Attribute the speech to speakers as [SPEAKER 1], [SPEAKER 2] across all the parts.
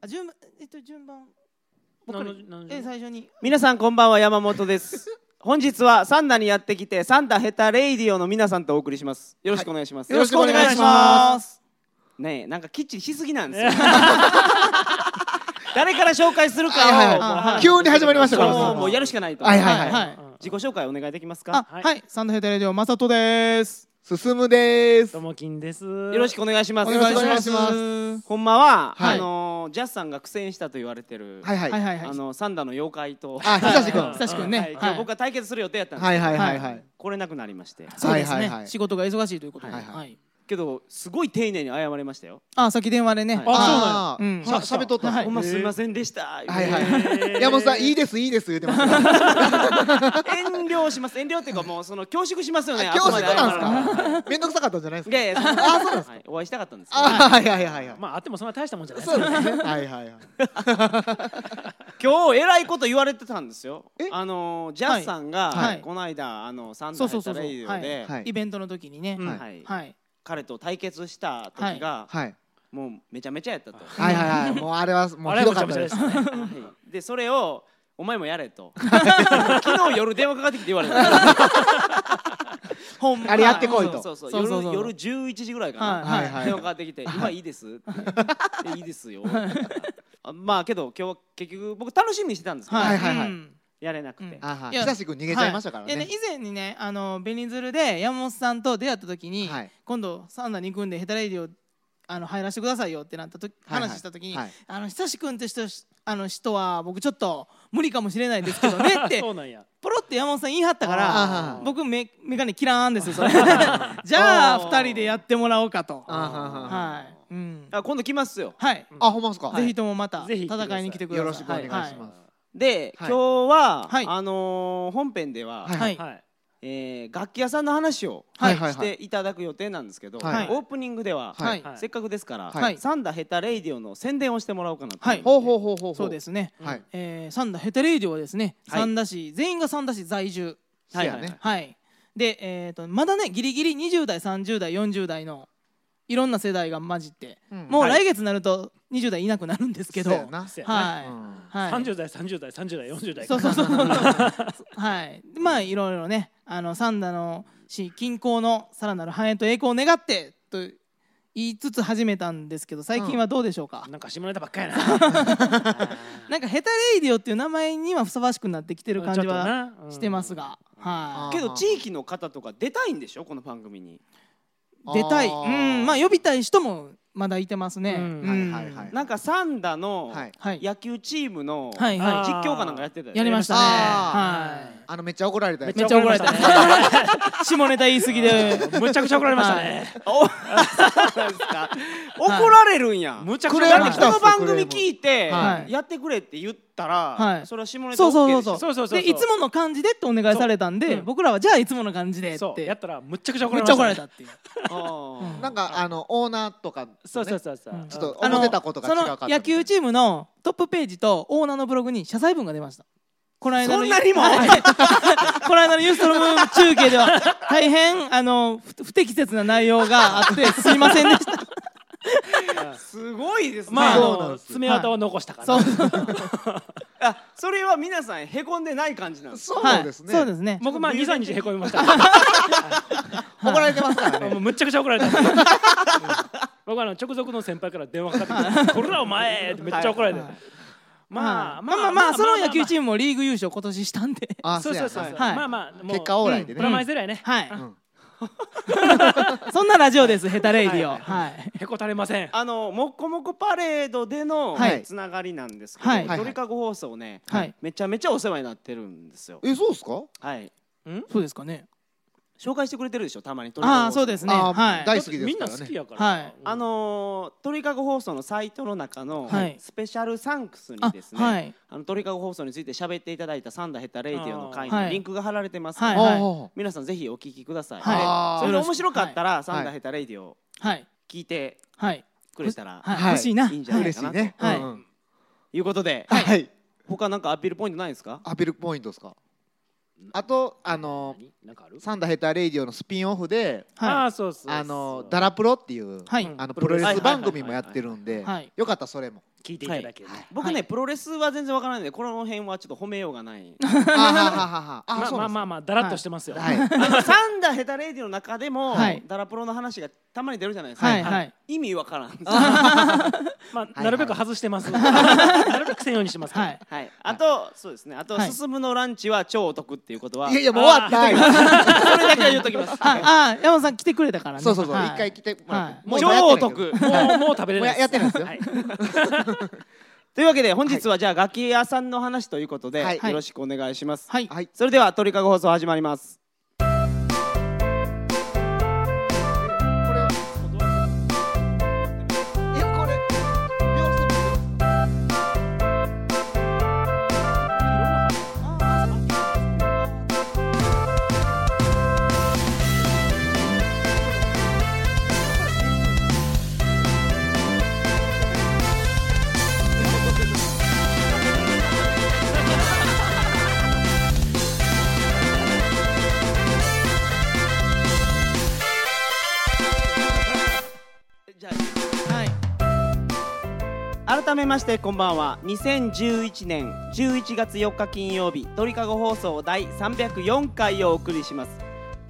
[SPEAKER 1] あ順番えっと順番僕
[SPEAKER 2] 何
[SPEAKER 1] から
[SPEAKER 2] の何の
[SPEAKER 1] え最初に
[SPEAKER 3] 皆さんこんばんは山本です本日はサンダにやってきてサンダヘタレイディオの皆さんとお送りしますよろしくお願いします、
[SPEAKER 2] よろしくお願いし
[SPEAKER 1] ま
[SPEAKER 3] ねえなんかきっちりしすぎなんですよ 誰から紹介するかを、
[SPEAKER 2] はいはい
[SPEAKER 3] もう
[SPEAKER 1] はい
[SPEAKER 2] 急に始まりましたから
[SPEAKER 3] そう
[SPEAKER 2] ね
[SPEAKER 3] もうやるしかないと、
[SPEAKER 2] はい
[SPEAKER 1] はいはい、
[SPEAKER 3] 自己紹介お願いできます
[SPEAKER 1] あ
[SPEAKER 3] か
[SPEAKER 2] はい
[SPEAKER 1] はいサンドヘッドレディオマサトです
[SPEAKER 4] 進むでーす
[SPEAKER 2] と。もきんです。
[SPEAKER 3] よろしくお願いします
[SPEAKER 4] お願いします
[SPEAKER 1] は
[SPEAKER 3] ほんまは、
[SPEAKER 4] はい
[SPEAKER 3] あのージャスさんが苦戦したと言われてる、
[SPEAKER 4] はいはいい。
[SPEAKER 1] はいはい
[SPEAKER 3] あのサンダの妖怪と
[SPEAKER 4] あ、久しくん。
[SPEAKER 2] はい
[SPEAKER 4] は
[SPEAKER 1] 久しくん
[SPEAKER 3] は
[SPEAKER 1] ね
[SPEAKER 3] い、今
[SPEAKER 1] は
[SPEAKER 3] 日
[SPEAKER 1] い
[SPEAKER 3] 僕が対決する予定やったんですけ
[SPEAKER 4] い
[SPEAKER 3] ど、
[SPEAKER 4] はいはいはい。
[SPEAKER 3] 来れなくなりまして
[SPEAKER 1] そうです
[SPEAKER 4] はいはいは
[SPEAKER 1] ね
[SPEAKER 4] い
[SPEAKER 1] 仕事が忙しいということで
[SPEAKER 4] はいはい
[SPEAKER 1] はい
[SPEAKER 3] けどすごい丁寧に謝れましたよ、
[SPEAKER 1] あ先電話でね
[SPEAKER 3] はい
[SPEAKER 1] あ
[SPEAKER 4] あ
[SPEAKER 1] そうなんやうん
[SPEAKER 4] しゃ喋っとった。
[SPEAKER 1] はい
[SPEAKER 3] ほん
[SPEAKER 4] は
[SPEAKER 3] ますいませんでした、
[SPEAKER 4] いは
[SPEAKER 3] 言うて
[SPEAKER 2] へー
[SPEAKER 4] い。山本さんいいですいいです言ってます。
[SPEAKER 3] 遠慮します遠慮っていうかもうその恐縮しますよね
[SPEAKER 4] あ恐縮
[SPEAKER 3] あ
[SPEAKER 4] な
[SPEAKER 3] くまで謝るのは
[SPEAKER 4] めんどくさかったんじゃないです
[SPEAKER 3] い
[SPEAKER 4] か。
[SPEAKER 3] やいやそんなはいお会いしたかったんですけど
[SPEAKER 4] あ、はいはいはいはい。
[SPEAKER 2] まああってもそんな大したもんじゃない
[SPEAKER 4] そうですね。はいはいはい。
[SPEAKER 3] 今日えらいこと言われてたんですよ
[SPEAKER 4] え
[SPEAKER 3] あのージャスさん
[SPEAKER 1] は
[SPEAKER 3] が
[SPEAKER 1] い
[SPEAKER 3] この間あのサンダ
[SPEAKER 1] そう
[SPEAKER 3] ー
[SPEAKER 1] そうそ
[SPEAKER 3] ヘタ
[SPEAKER 1] うそう
[SPEAKER 3] レイディオで
[SPEAKER 4] はい
[SPEAKER 1] イベントの時にね
[SPEAKER 2] うん
[SPEAKER 4] はい
[SPEAKER 3] はい
[SPEAKER 1] はい
[SPEAKER 3] 彼と対決した時が
[SPEAKER 4] はい
[SPEAKER 3] もうめちゃめちゃやったと
[SPEAKER 4] はいはいはい。もうあれはも
[SPEAKER 2] あ
[SPEAKER 4] う
[SPEAKER 2] れ
[SPEAKER 4] ひ
[SPEAKER 2] は
[SPEAKER 4] ど
[SPEAKER 2] めち
[SPEAKER 4] か
[SPEAKER 2] ゃめちゃ
[SPEAKER 4] ったで
[SPEAKER 2] ですす。ね。
[SPEAKER 3] はいでそれをお前もやれと昨日夜電話かかってきて言われた
[SPEAKER 1] ほんま
[SPEAKER 4] あれやってこいと
[SPEAKER 3] そうそう
[SPEAKER 1] そうそうそう
[SPEAKER 3] 夜夜11時ぐらいかな、
[SPEAKER 1] はい
[SPEAKER 4] はいはい
[SPEAKER 3] 電話かかってきて「今いいです」って「でいいですよ」あまあけど今日は結局僕楽しみにしてたんですけど、
[SPEAKER 4] はいはいはい
[SPEAKER 1] うん
[SPEAKER 3] やれなくて、
[SPEAKER 1] うん
[SPEAKER 4] あはいい。
[SPEAKER 1] や
[SPEAKER 4] 久しくん逃げちゃいましたから
[SPEAKER 1] はいで
[SPEAKER 4] ね
[SPEAKER 1] ね。以前にねあのベニズルで山本さんと出会った時に、
[SPEAKER 4] はい
[SPEAKER 1] 今度サンダーに行くんでヘタレイディをあの入らせてくださいよってなったとき
[SPEAKER 4] はいはい
[SPEAKER 1] 話した時に、
[SPEAKER 4] はい
[SPEAKER 1] あの久しくんって人しあの人は僕ちょっと無理かもしれないですけどねっ て
[SPEAKER 2] そうなんや。
[SPEAKER 1] ポロって山本さん言い張ったから
[SPEAKER 4] あー
[SPEAKER 1] 僕メメガネキラーンですよそれ じゃあ
[SPEAKER 3] おー
[SPEAKER 1] 2人でやってもらおうかと
[SPEAKER 4] あはは
[SPEAKER 1] はい、うん
[SPEAKER 3] あ今度来ますよ
[SPEAKER 1] はい
[SPEAKER 4] あ、ほんまですか。
[SPEAKER 1] ぜひともまた
[SPEAKER 2] ぜひ来てください
[SPEAKER 1] 戦いに来てください
[SPEAKER 4] よろしくお願いし
[SPEAKER 1] は
[SPEAKER 4] ま
[SPEAKER 3] で、
[SPEAKER 4] はい
[SPEAKER 3] 今日は、
[SPEAKER 1] はい
[SPEAKER 3] あのー本編では、
[SPEAKER 4] はい
[SPEAKER 1] はい
[SPEAKER 2] はい。
[SPEAKER 3] えー楽器屋さんの話を
[SPEAKER 4] はいはいはい
[SPEAKER 3] していただく予定なんですけど、
[SPEAKER 4] はい
[SPEAKER 3] オープニングでは、
[SPEAKER 4] はい
[SPEAKER 2] はい
[SPEAKER 3] せっかくですから、
[SPEAKER 4] はい
[SPEAKER 3] サンダヘタレイディオの宣伝をしてもらおうかなと、
[SPEAKER 1] はい
[SPEAKER 4] す。ほうほうほうほう。。
[SPEAKER 1] そうですすね、
[SPEAKER 4] はい。
[SPEAKER 1] えー、三田ヘタレイディオはですね、
[SPEAKER 3] はい
[SPEAKER 1] 三田市全員が三田市在住
[SPEAKER 3] はい
[SPEAKER 4] そうやね
[SPEAKER 1] はいで、えー、とまだねギリギリ20代30代40代のいろんな世代が混じって、
[SPEAKER 4] うん
[SPEAKER 1] もう
[SPEAKER 3] はい
[SPEAKER 1] 来月になると20代いなくなるんですけど、
[SPEAKER 4] そうや
[SPEAKER 1] はい、
[SPEAKER 4] な。
[SPEAKER 2] せやな
[SPEAKER 1] はい、
[SPEAKER 4] うん
[SPEAKER 2] 三十代三十代三十代四十代。
[SPEAKER 1] そうそうそうはいでまあいろいろねあの三田の市近郊のさらなる繁栄と栄光を願ってと言いつつ始めたんですけど最近はどうでしょうか、
[SPEAKER 2] なんか下ネタばっかやな。
[SPEAKER 1] なんかヘタレイディオっていう名前にはふさわしくなってきてる感じは
[SPEAKER 2] は
[SPEAKER 1] してます。が、は
[SPEAKER 4] あ
[SPEAKER 1] い
[SPEAKER 3] け
[SPEAKER 4] ー
[SPEAKER 3] ど地域の方とか出たいんでしょこの番組に
[SPEAKER 1] 出たい
[SPEAKER 4] あ
[SPEAKER 1] う
[SPEAKER 4] ー
[SPEAKER 1] んまあ呼びたい人もまだいてますね、
[SPEAKER 2] う
[SPEAKER 1] う
[SPEAKER 2] ん
[SPEAKER 1] ん
[SPEAKER 4] はいはいはい
[SPEAKER 3] なんかサンダの
[SPEAKER 4] はい
[SPEAKER 1] はい
[SPEAKER 3] 野球チームの
[SPEAKER 1] はい
[SPEAKER 3] 実
[SPEAKER 1] はい
[SPEAKER 2] あー
[SPEAKER 3] 況かなんかやってたよ
[SPEAKER 1] やりましたね
[SPEAKER 4] あ
[SPEAKER 1] は
[SPEAKER 4] あのめっちゃ怒られたや
[SPEAKER 2] めっ
[SPEAKER 1] め
[SPEAKER 4] つ
[SPEAKER 2] ち
[SPEAKER 1] っ
[SPEAKER 2] ゃ
[SPEAKER 1] ちゃ怒
[SPEAKER 2] 怒
[SPEAKER 1] ら
[SPEAKER 2] ら
[SPEAKER 1] れ
[SPEAKER 2] れ
[SPEAKER 1] たね
[SPEAKER 2] たね。
[SPEAKER 1] い 下ネタ言い過ぎで
[SPEAKER 2] むちゃくちゃ怒られましたね。
[SPEAKER 3] そうですか怒られるんや
[SPEAKER 2] むちゃく
[SPEAKER 4] ク
[SPEAKER 2] ちゃ
[SPEAKER 4] レ
[SPEAKER 2] 怒
[SPEAKER 4] ー
[SPEAKER 2] ら
[SPEAKER 4] ム
[SPEAKER 2] れ
[SPEAKER 3] だ
[SPEAKER 2] ま
[SPEAKER 3] っ
[SPEAKER 2] してた
[SPEAKER 4] 来た。
[SPEAKER 3] この番組聞いて
[SPEAKER 1] はい
[SPEAKER 3] やってくれって言った
[SPEAKER 1] は
[SPEAKER 3] ら
[SPEAKER 1] い
[SPEAKER 3] それは下ネタ
[SPEAKER 1] そうそうそう
[SPEAKER 3] OK
[SPEAKER 1] そう
[SPEAKER 2] そう
[SPEAKER 3] でしょ
[SPEAKER 2] そうそう
[SPEAKER 1] でいつもの感じでってお願いされたんで、
[SPEAKER 2] そううん
[SPEAKER 1] 僕らはじゃあいつもの感じでって
[SPEAKER 2] そう。やったらむちゃくちゃ怒ら
[SPEAKER 1] めっ
[SPEAKER 2] れま
[SPEAKER 1] ち
[SPEAKER 2] し
[SPEAKER 1] ゃ
[SPEAKER 2] た。
[SPEAKER 1] 怒られた。っていう、
[SPEAKER 3] あ
[SPEAKER 4] なんかあのオーナーとかね
[SPEAKER 2] そうそうそうそう
[SPEAKER 1] うん。
[SPEAKER 4] ちょっと
[SPEAKER 1] あ
[SPEAKER 4] 思ってたことが違うかった
[SPEAKER 1] その野球チームのトップページとオーナーのブログに謝罪文が出ましたこの
[SPEAKER 3] ー
[SPEAKER 1] 間の
[SPEAKER 3] そんな にも
[SPEAKER 1] この間のユーストロム中継では大変あの不不適切な内容があってすいませんでした
[SPEAKER 3] すごいですね
[SPEAKER 2] まああ
[SPEAKER 4] そうなん
[SPEAKER 2] の
[SPEAKER 4] ですよ
[SPEAKER 2] 爪痕は残したから。
[SPEAKER 1] そうそう
[SPEAKER 3] あそれは皆さんへこんでない感じなんです
[SPEAKER 4] そうですね
[SPEAKER 1] はい、そうですね
[SPEAKER 2] 僕 まあ二三日へこみました。
[SPEAKER 4] 怒られてますから
[SPEAKER 2] も
[SPEAKER 4] ね
[SPEAKER 2] うむっちゃくちゃ怒られた。うん僕はあの直属の先輩から電話かかってきて、これらお前ってめっちゃ怒られた
[SPEAKER 1] はい。
[SPEAKER 2] まあ
[SPEAKER 1] まあまあまあその野球チ
[SPEAKER 2] ー
[SPEAKER 1] ームもリーグ優勝今年したんで
[SPEAKER 4] あ
[SPEAKER 2] そうそうそう
[SPEAKER 4] や
[SPEAKER 2] そう。
[SPEAKER 4] な
[SPEAKER 1] はい
[SPEAKER 2] まあまあもう
[SPEAKER 4] 結果オーライで
[SPEAKER 2] プラ
[SPEAKER 4] ね
[SPEAKER 2] マイゼロやね。
[SPEAKER 1] はい、
[SPEAKER 4] ん
[SPEAKER 1] そんなラジオですヘタレイディオ
[SPEAKER 2] はい
[SPEAKER 1] はい
[SPEAKER 2] へこたれません。
[SPEAKER 3] あのもこもこパレードでの
[SPEAKER 1] はい
[SPEAKER 3] つながりなんですけ
[SPEAKER 1] はい
[SPEAKER 3] ど鳥かご放送ね
[SPEAKER 1] はい
[SPEAKER 3] めちゃめちゃお世話になってるんですよ
[SPEAKER 4] えそうっすか
[SPEAKER 3] はい
[SPEAKER 1] そうですかね
[SPEAKER 3] 紹介してくれてるでしょたまに鳥かご放
[SPEAKER 1] あ
[SPEAKER 3] 送
[SPEAKER 1] あそうですね
[SPEAKER 4] あー
[SPEAKER 1] はい
[SPEAKER 4] 大好きですからね
[SPEAKER 2] みんな好きやから。
[SPEAKER 1] はい
[SPEAKER 2] うん
[SPEAKER 3] あのー、鳥かご放送のサイトの中の、
[SPEAKER 1] はい
[SPEAKER 3] スペシャルサンクスに
[SPEAKER 1] あ
[SPEAKER 3] ですね、
[SPEAKER 1] はい
[SPEAKER 3] あの鳥かご放送について喋っていただいたサンダーヘッダレイディオの会
[SPEAKER 1] あーは
[SPEAKER 3] の
[SPEAKER 1] い
[SPEAKER 3] リンクが貼られてますの
[SPEAKER 1] は
[SPEAKER 3] で、
[SPEAKER 1] いはい
[SPEAKER 4] あ
[SPEAKER 3] 皆さんぜひお聞きください、
[SPEAKER 1] はい
[SPEAKER 3] でそれで面白かったら、
[SPEAKER 4] ろしく
[SPEAKER 3] サンダーヘッダレイディオ
[SPEAKER 1] はい
[SPEAKER 3] 聞いて
[SPEAKER 1] はい
[SPEAKER 3] くれたら、
[SPEAKER 1] はい
[SPEAKER 3] い、
[SPEAKER 1] 欲しいない
[SPEAKER 3] んじゃ
[SPEAKER 4] ー
[SPEAKER 3] ない
[SPEAKER 4] 嬉しいね
[SPEAKER 1] はい
[SPEAKER 4] うんうん
[SPEAKER 3] うことで、
[SPEAKER 4] はい
[SPEAKER 3] 他なんかアピールポイントないですか
[SPEAKER 4] アピールポイントですかあとあの
[SPEAKER 2] 何なんかある？
[SPEAKER 4] サンダーヘタレイディオのスピンオフで
[SPEAKER 2] あ
[SPEAKER 1] は
[SPEAKER 2] あそうそうそう。
[SPEAKER 4] あのダラプロっていう
[SPEAKER 1] いはい
[SPEAKER 4] あのプロレス番組もやってるんで
[SPEAKER 1] はい
[SPEAKER 4] よかったらそれも
[SPEAKER 2] 聞いていただけると、
[SPEAKER 3] 僕ね、プロレスは全然わからないのでこの辺はちょっと褒めようが ない
[SPEAKER 4] あはははは
[SPEAKER 2] まあまあまあまあだらっとしてますよ、
[SPEAKER 4] はい
[SPEAKER 3] あのサンダーヘタレイディの中でも、
[SPEAKER 1] はい
[SPEAKER 3] ダラプロの話がたまに出るじゃないですか、
[SPEAKER 1] はいはい
[SPEAKER 3] 意味わからんです
[SPEAKER 2] ま
[SPEAKER 4] は
[SPEAKER 2] あ
[SPEAKER 4] い
[SPEAKER 2] なるべく外してます、なるべくせんようにしてますから、
[SPEAKER 1] はい
[SPEAKER 3] はい、あとそうですねあと、
[SPEAKER 1] はい
[SPEAKER 3] 進むのランチは超お得っていうことはい
[SPEAKER 4] やいやもう終わったはい
[SPEAKER 3] それだけは言っときます
[SPEAKER 1] ああ山本さん来てくれたからね
[SPEAKER 4] そうそうそう
[SPEAKER 1] はい
[SPEAKER 4] 一回来てもらって
[SPEAKER 1] は
[SPEAKER 4] もう
[SPEAKER 3] 超
[SPEAKER 4] 今や
[SPEAKER 3] お
[SPEAKER 4] ってないけど
[SPEAKER 3] 得
[SPEAKER 2] もうもう食べれない
[SPEAKER 4] もうややってないですよ
[SPEAKER 2] はい
[SPEAKER 3] というわけで本日はじゃあ楽器屋さんの話ということで、
[SPEAKER 4] はい
[SPEAKER 3] よろしくお願いします、
[SPEAKER 1] はい
[SPEAKER 4] はい
[SPEAKER 3] それでは鳥かご放送始まります
[SPEAKER 4] えこれ秒速
[SPEAKER 3] じゃ
[SPEAKER 1] はい
[SPEAKER 3] あ改めましてこんばんは2011年11月4日金曜日鳥かご放送第304回をお送りします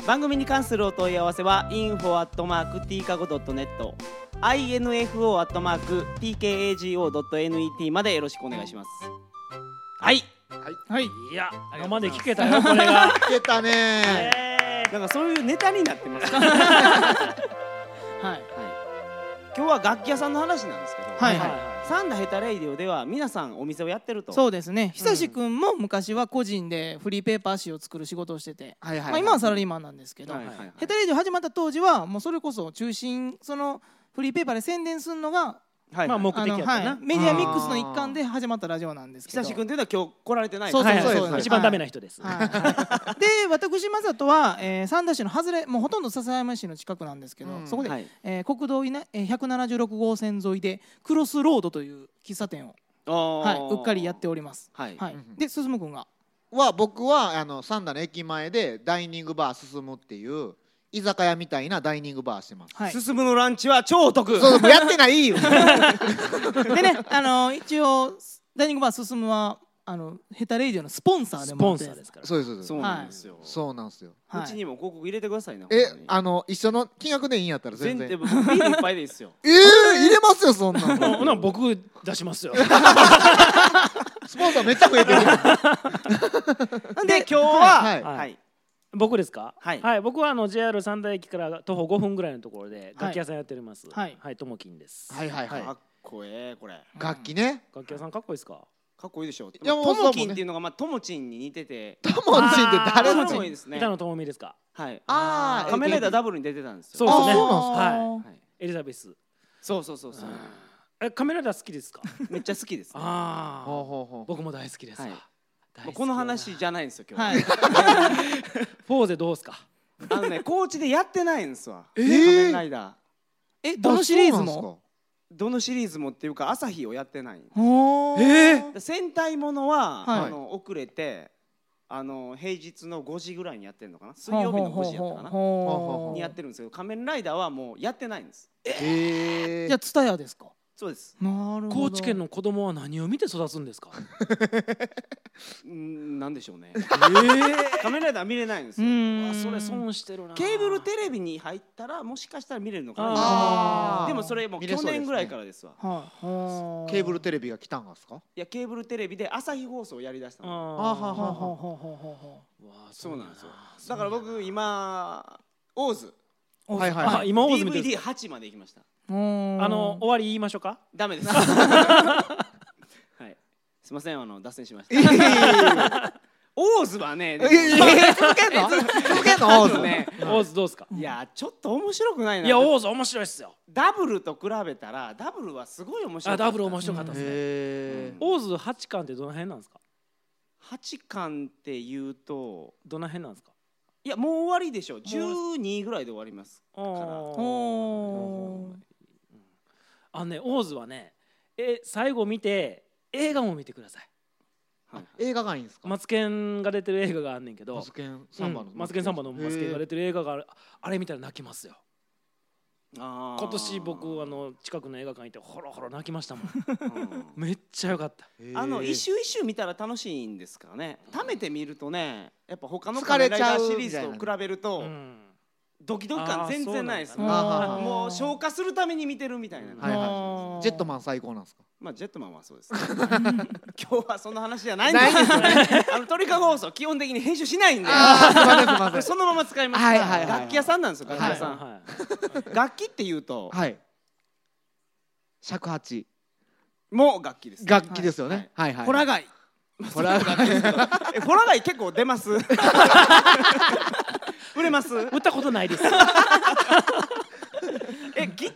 [SPEAKER 3] 番組に関するお問い合わせは info.tkago.net info.tkago.net までよろしくお願いしますはい
[SPEAKER 1] はい
[SPEAKER 2] いや生で聞けたよこれが、
[SPEAKER 4] いけたね
[SPEAKER 2] え
[SPEAKER 3] なんかそういうネタになってますはい
[SPEAKER 1] はい
[SPEAKER 3] 今日は楽器屋さんの話なんですけど、
[SPEAKER 1] はい
[SPEAKER 2] ー
[SPEAKER 1] はい
[SPEAKER 3] サンダヘタレイディオでは皆さんお店をやってると
[SPEAKER 1] そうですね久志くんも昔は個人でフリーペーパー紙を作る仕事をしてて、
[SPEAKER 4] はいはい
[SPEAKER 1] まあ、今はサラリーマンなんですけど、
[SPEAKER 3] はいはいはい
[SPEAKER 1] ヘタレーディオ始まった当時はもうそれこそ中心そのフリーペーパーで宣伝するのが
[SPEAKER 3] はい
[SPEAKER 2] まあ目
[SPEAKER 1] あ
[SPEAKER 2] 的やっ
[SPEAKER 1] の、
[SPEAKER 2] た
[SPEAKER 1] は、
[SPEAKER 2] ない
[SPEAKER 1] メディアミックスの一環で始まったラジオなんですけど
[SPEAKER 3] 久しくんというのは今日来られてない
[SPEAKER 1] そうそう
[SPEAKER 2] はいはい
[SPEAKER 4] そうです
[SPEAKER 2] 一番ダメな人です、
[SPEAKER 1] はい、で私マサトは、えー、三田市の外れもうほとんど笹山市の近くなんですけど、
[SPEAKER 4] うん
[SPEAKER 1] そこで、
[SPEAKER 3] はい
[SPEAKER 1] えー国道いな、えー、176号線沿いでクロスロードという喫茶店を、
[SPEAKER 3] は
[SPEAKER 1] はい、うっかりやっております。
[SPEAKER 3] はい
[SPEAKER 1] はい
[SPEAKER 4] うん、
[SPEAKER 1] で進君が
[SPEAKER 4] は僕はあの三田の駅前でダイニングバー進むっていう居酒屋みたいなダイニングバーしてます
[SPEAKER 1] はい、
[SPEAKER 3] 進むのランチは超お得
[SPEAKER 4] そうもうやってない よ
[SPEAKER 1] でね、あの一応ダイニングバー進むはあのヘタレイディオのスポンサーで
[SPEAKER 2] ス
[SPEAKER 1] も
[SPEAKER 2] ポ
[SPEAKER 1] っ
[SPEAKER 2] ン
[SPEAKER 1] て
[SPEAKER 2] サーですから
[SPEAKER 4] そうですそ
[SPEAKER 3] そうう
[SPEAKER 4] です
[SPEAKER 3] なんですよ、
[SPEAKER 4] そうなんですよ
[SPEAKER 1] は
[SPEAKER 3] うち
[SPEAKER 1] い、
[SPEAKER 3] にも広告入れてくださいね
[SPEAKER 4] え
[SPEAKER 3] ほんまに
[SPEAKER 4] あの一緒の金額でいいんやったら全
[SPEAKER 3] 全然
[SPEAKER 4] 然
[SPEAKER 3] 僕ビールいっぱいでいいっすよ
[SPEAKER 4] えー、入れますよそんな
[SPEAKER 2] もう
[SPEAKER 4] の
[SPEAKER 2] ほな僕出しますよ
[SPEAKER 4] スポンサーめっちゃ増えてる
[SPEAKER 3] で今日はは
[SPEAKER 4] はいい
[SPEAKER 3] はい、
[SPEAKER 2] 僕ですか
[SPEAKER 3] はい
[SPEAKER 2] 僕はあの JR 三田駅から徒歩5分ぐらいのところで楽器屋さんやっております
[SPEAKER 1] はい
[SPEAKER 2] はいともきんです
[SPEAKER 4] はいはいはい
[SPEAKER 3] かっこええこれ
[SPEAKER 4] 楽器ね
[SPEAKER 2] 楽器屋さんかっこいいですか
[SPEAKER 3] かっこいいでしょ
[SPEAKER 4] いやもう
[SPEAKER 3] とも
[SPEAKER 4] そう
[SPEAKER 3] き
[SPEAKER 4] も
[SPEAKER 3] ん
[SPEAKER 4] ね
[SPEAKER 3] っていうのがまあともちんに似てて
[SPEAKER 4] タモンチンって誰
[SPEAKER 3] あ
[SPEAKER 4] の
[SPEAKER 3] ー
[SPEAKER 4] チ
[SPEAKER 3] タ
[SPEAKER 4] ン
[SPEAKER 3] モいいですね
[SPEAKER 2] 板野友美ですか
[SPEAKER 3] はい
[SPEAKER 4] あー
[SPEAKER 3] カメライダー
[SPEAKER 4] AKB
[SPEAKER 3] ダブルに出てたんですよ
[SPEAKER 2] そうですね
[SPEAKER 4] あー
[SPEAKER 2] は
[SPEAKER 3] はい
[SPEAKER 2] いエリザベス
[SPEAKER 3] そうそうそうそう
[SPEAKER 2] えカメライダー好きですか
[SPEAKER 3] めっちゃ好きですね
[SPEAKER 2] あ
[SPEAKER 4] ほう
[SPEAKER 2] あ
[SPEAKER 4] ほうほう
[SPEAKER 2] 僕も大好きですわ
[SPEAKER 3] はい
[SPEAKER 2] 大
[SPEAKER 3] ま
[SPEAKER 2] 好
[SPEAKER 3] あ
[SPEAKER 2] き
[SPEAKER 3] この話じ
[SPEAKER 2] ゃ
[SPEAKER 3] ゃないんですよ今日は
[SPEAKER 1] はい、
[SPEAKER 2] フォーゼどうすか
[SPEAKER 3] あのね高知でやってないんですわ
[SPEAKER 4] え
[SPEAKER 3] 仮
[SPEAKER 4] ー
[SPEAKER 3] 面ライダー
[SPEAKER 1] えどのシリーズ
[SPEAKER 4] あそうなん
[SPEAKER 1] も
[SPEAKER 3] どのシリーズもっていうか朝日をやってない
[SPEAKER 1] おー
[SPEAKER 2] えー
[SPEAKER 3] 戦隊ものは、
[SPEAKER 1] はい
[SPEAKER 3] あの遅れてあの平日の5時ぐらいにやってるのかな水曜日の5時やったかな
[SPEAKER 1] ほうほうほうほう
[SPEAKER 3] にやってるんですけど仮面ライダーはもうやってないんです
[SPEAKER 4] ですかへえ
[SPEAKER 1] じゃあツタヤですか
[SPEAKER 3] そうです
[SPEAKER 1] なるほど
[SPEAKER 2] 高知県の子供は何を見て育つんです か
[SPEAKER 3] うーんなんでしょうね
[SPEAKER 2] ええ
[SPEAKER 3] 仮面ライダー見れないんです
[SPEAKER 1] う
[SPEAKER 3] よ
[SPEAKER 1] ーん
[SPEAKER 2] それ損してるな
[SPEAKER 3] ケーブルテレビに入ったらもしかしたら見れるのかな
[SPEAKER 1] あ
[SPEAKER 3] 今
[SPEAKER 1] ー
[SPEAKER 3] でもそれもう
[SPEAKER 4] 見れ
[SPEAKER 3] 去
[SPEAKER 4] そうですね
[SPEAKER 3] 年ぐらいからですわ
[SPEAKER 1] はいほう
[SPEAKER 4] ケーブルテレビが来たんがですか
[SPEAKER 3] いやケーブルテレビで朝日放送をやりだした
[SPEAKER 2] あー
[SPEAKER 3] の
[SPEAKER 4] は
[SPEAKER 1] ほうほ
[SPEAKER 4] は
[SPEAKER 1] うほうほうほうほ
[SPEAKER 2] わあ
[SPEAKER 3] そうなんですよ
[SPEAKER 2] そ
[SPEAKER 3] だ
[SPEAKER 2] う
[SPEAKER 3] から
[SPEAKER 2] やな
[SPEAKER 3] 僕今オーズ
[SPEAKER 1] う
[SPEAKER 4] はいはい
[SPEAKER 2] あ今大津見てるんですか
[SPEAKER 3] DVD8 まで行きました
[SPEAKER 1] うーん
[SPEAKER 2] あの終わり言いましょうか
[SPEAKER 3] ダメです。はい。すみませんあの脱線しました。オーズはね、でも
[SPEAKER 4] 続けんの続けんの
[SPEAKER 3] あ
[SPEAKER 4] オ
[SPEAKER 3] の
[SPEAKER 4] ーズ
[SPEAKER 3] ね、
[SPEAKER 2] 大津どうすか
[SPEAKER 3] いやちょっと面白くないな。
[SPEAKER 2] いや大津面白いっすよ
[SPEAKER 3] ダブルと比べたらダブルはすごい面白い。
[SPEAKER 2] あダブル面白かったですね
[SPEAKER 4] へ
[SPEAKER 2] 大津八巻ってどの辺なんですか
[SPEAKER 3] 八巻っていうと、
[SPEAKER 2] どの辺なんですか
[SPEAKER 3] いやもう終わりでしょ。十二ぐらいで終わります。
[SPEAKER 2] あー
[SPEAKER 1] おー
[SPEAKER 2] あのね大津はねえ最後見て映画も見てください
[SPEAKER 3] はい。
[SPEAKER 4] え映画がいいんですか
[SPEAKER 2] マツケンが出てる映画があんねんけど
[SPEAKER 4] マツケンサンバの
[SPEAKER 2] うんマツケンサンバのマツケンが出
[SPEAKER 4] へ
[SPEAKER 2] てる映画があるあれ見たら泣きますよ
[SPEAKER 3] 今
[SPEAKER 2] 今年僕あの近くの映画館行ってほろほろ泣きましたもん めっちゃ良かった
[SPEAKER 3] あの一
[SPEAKER 4] 一
[SPEAKER 3] 周一周見たら楽しいんですかね貯めてみるとねやっぱ他の
[SPEAKER 4] 疲
[SPEAKER 3] カメ
[SPEAKER 4] れ
[SPEAKER 3] ライ
[SPEAKER 4] ち
[SPEAKER 3] ダ
[SPEAKER 4] ゃ
[SPEAKER 3] ー
[SPEAKER 4] う
[SPEAKER 3] シリーズと比べると
[SPEAKER 2] うん
[SPEAKER 3] ドキドキ感全然ないです
[SPEAKER 2] あーそう
[SPEAKER 4] なん
[SPEAKER 1] あ
[SPEAKER 4] だ
[SPEAKER 1] ー
[SPEAKER 4] あー
[SPEAKER 3] もう消化するために見てるみたいな、
[SPEAKER 4] はいはい
[SPEAKER 1] あー
[SPEAKER 4] ジェットマン最高なんですか
[SPEAKER 3] まあジェットマンはそうです 今日はその話じゃないんですけどねあの鳥かご放送基本的に編集しないんで
[SPEAKER 4] あーすいませんすいません
[SPEAKER 3] そのまま使いますか
[SPEAKER 4] はいはい
[SPEAKER 3] ら
[SPEAKER 4] はいはい
[SPEAKER 3] 楽器屋さんなんですよ楽器
[SPEAKER 2] は
[SPEAKER 3] 屋
[SPEAKER 2] い
[SPEAKER 3] さん、
[SPEAKER 2] は
[SPEAKER 3] 楽器っていうと
[SPEAKER 4] はい尺八
[SPEAKER 3] もう楽器です
[SPEAKER 4] 楽器ですよねはいはい
[SPEAKER 1] ホラガイ
[SPEAKER 4] ホラガイ
[SPEAKER 3] えホラ貝結構出ます 売れます
[SPEAKER 2] い打ったことない です
[SPEAKER 3] えギター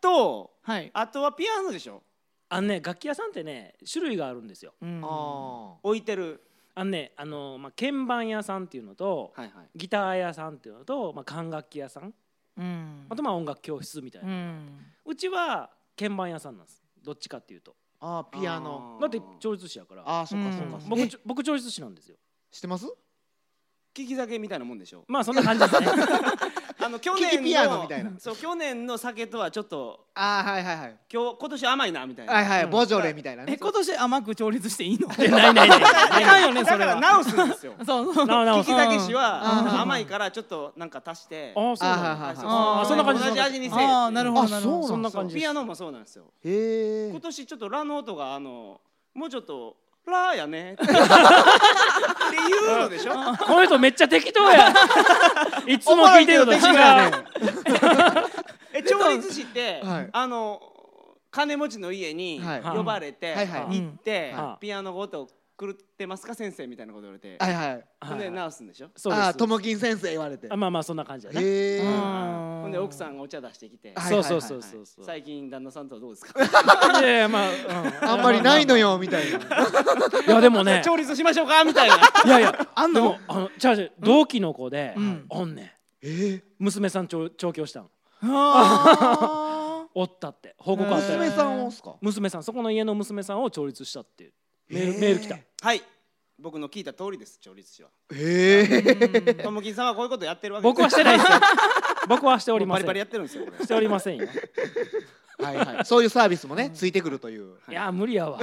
[SPEAKER 3] と
[SPEAKER 1] はい
[SPEAKER 3] あとはピアノでしょ
[SPEAKER 2] あのね楽器屋さんってね種類があるんですよ
[SPEAKER 1] うん
[SPEAKER 4] あ
[SPEAKER 3] 置いてる
[SPEAKER 2] あのねあのまあ鍵盤屋さんっていうのと
[SPEAKER 3] はいはい
[SPEAKER 2] ギター屋さんっていうのとまあ管楽器屋さん
[SPEAKER 1] うん
[SPEAKER 2] あとまあ音楽教室みたいうなんうちは鍵盤屋さんなんですどっちかっていうと
[SPEAKER 4] ーあーピアノ
[SPEAKER 2] だって調律師やから
[SPEAKER 4] あーそっかそっか
[SPEAKER 1] うん
[SPEAKER 4] そっか
[SPEAKER 2] 僕ちょ僕調律師なんですよ
[SPEAKER 4] 知ってます
[SPEAKER 3] 聞き酒みたいなもんでしょ
[SPEAKER 2] まあそんな感じ ですね
[SPEAKER 3] あの去年の
[SPEAKER 4] 聞きピアノみたいな
[SPEAKER 3] そう去年の酒とはちょっと
[SPEAKER 4] あーはいはいはい
[SPEAKER 3] 今日今年甘いなみたいな、
[SPEAKER 4] はいはいボジョレみたいな
[SPEAKER 1] え
[SPEAKER 4] ね
[SPEAKER 1] 今年甘く調律していい の
[SPEAKER 2] いやないないない
[SPEAKER 1] あかんよね
[SPEAKER 3] だ
[SPEAKER 1] そ
[SPEAKER 3] か
[SPEAKER 1] れ
[SPEAKER 3] ら
[SPEAKER 1] は
[SPEAKER 3] 直すんで すよ
[SPEAKER 1] そうそう
[SPEAKER 2] なおなお
[SPEAKER 3] 聞き酒師
[SPEAKER 4] あ
[SPEAKER 3] は
[SPEAKER 4] ー
[SPEAKER 3] 甘いからちょっとなんか足して
[SPEAKER 2] ああそうなん
[SPEAKER 4] あ
[SPEAKER 2] だ
[SPEAKER 4] は
[SPEAKER 3] はい
[SPEAKER 4] い
[SPEAKER 3] そう
[SPEAKER 1] あー
[SPEAKER 3] そんな感じ
[SPEAKER 2] 同
[SPEAKER 3] 同
[SPEAKER 2] じ
[SPEAKER 3] じ味にせえ
[SPEAKER 1] ああなるほどなるほど
[SPEAKER 4] あそうなん
[SPEAKER 2] そんな感じ
[SPEAKER 3] ピアノもそうなんですよ
[SPEAKER 4] へえ
[SPEAKER 3] 今年ちょっとラの音があのもうちょっとラーやねって言うのでしょ
[SPEAKER 2] この人めっちゃ適当 やいつも聞いてるのと違う
[SPEAKER 3] え調律師って、
[SPEAKER 4] はい
[SPEAKER 3] あの金持ちの家に
[SPEAKER 4] はい
[SPEAKER 3] 呼ばれて、
[SPEAKER 4] はいはい
[SPEAKER 3] 行って、
[SPEAKER 2] はい
[SPEAKER 3] ピアノごと狂ってますか先生みたいなこと言われて、
[SPEAKER 4] はいはい
[SPEAKER 3] ほんで直すんでしょ、
[SPEAKER 2] そうです
[SPEAKER 4] あーともきん先生言われて
[SPEAKER 2] あまあまあそんな感じだね
[SPEAKER 4] へ
[SPEAKER 1] う
[SPEAKER 4] え
[SPEAKER 1] ん
[SPEAKER 3] ほんで奥さんがお茶出してきて、
[SPEAKER 4] はい
[SPEAKER 2] そうそうそうそうそう
[SPEAKER 3] 最近旦那さんとはどうですか
[SPEAKER 2] いやいやまあうん
[SPEAKER 4] あんまりないのよみたいない
[SPEAKER 2] やでも ね
[SPEAKER 3] 調律しましょうかみたいな
[SPEAKER 2] いやいや
[SPEAKER 1] あん
[SPEAKER 2] で
[SPEAKER 1] の
[SPEAKER 2] もあの違う違う同期の子で
[SPEAKER 1] うん
[SPEAKER 2] おんねん
[SPEAKER 4] え
[SPEAKER 2] 娘さん調調教したん
[SPEAKER 1] あ
[SPEAKER 2] おったって報告あった
[SPEAKER 4] 娘
[SPEAKER 2] よ
[SPEAKER 4] さんをっすか
[SPEAKER 2] 娘さんそこの家の娘さんを調律したっていうメー
[SPEAKER 4] へ
[SPEAKER 2] ル
[SPEAKER 4] え
[SPEAKER 2] メール来た
[SPEAKER 3] はい僕の聞いた通りです調律師は
[SPEAKER 4] へえ
[SPEAKER 3] ともきんさんはこういうことやってるわけ
[SPEAKER 2] 僕はしてないですよ僕はしており
[SPEAKER 3] もう
[SPEAKER 2] ませ
[SPEAKER 3] バ
[SPEAKER 2] ん
[SPEAKER 3] リバリやってるんですよこ れ
[SPEAKER 2] しておりませんよ
[SPEAKER 4] はいはいそういうサービスもねついてくるという
[SPEAKER 2] いや無理やわ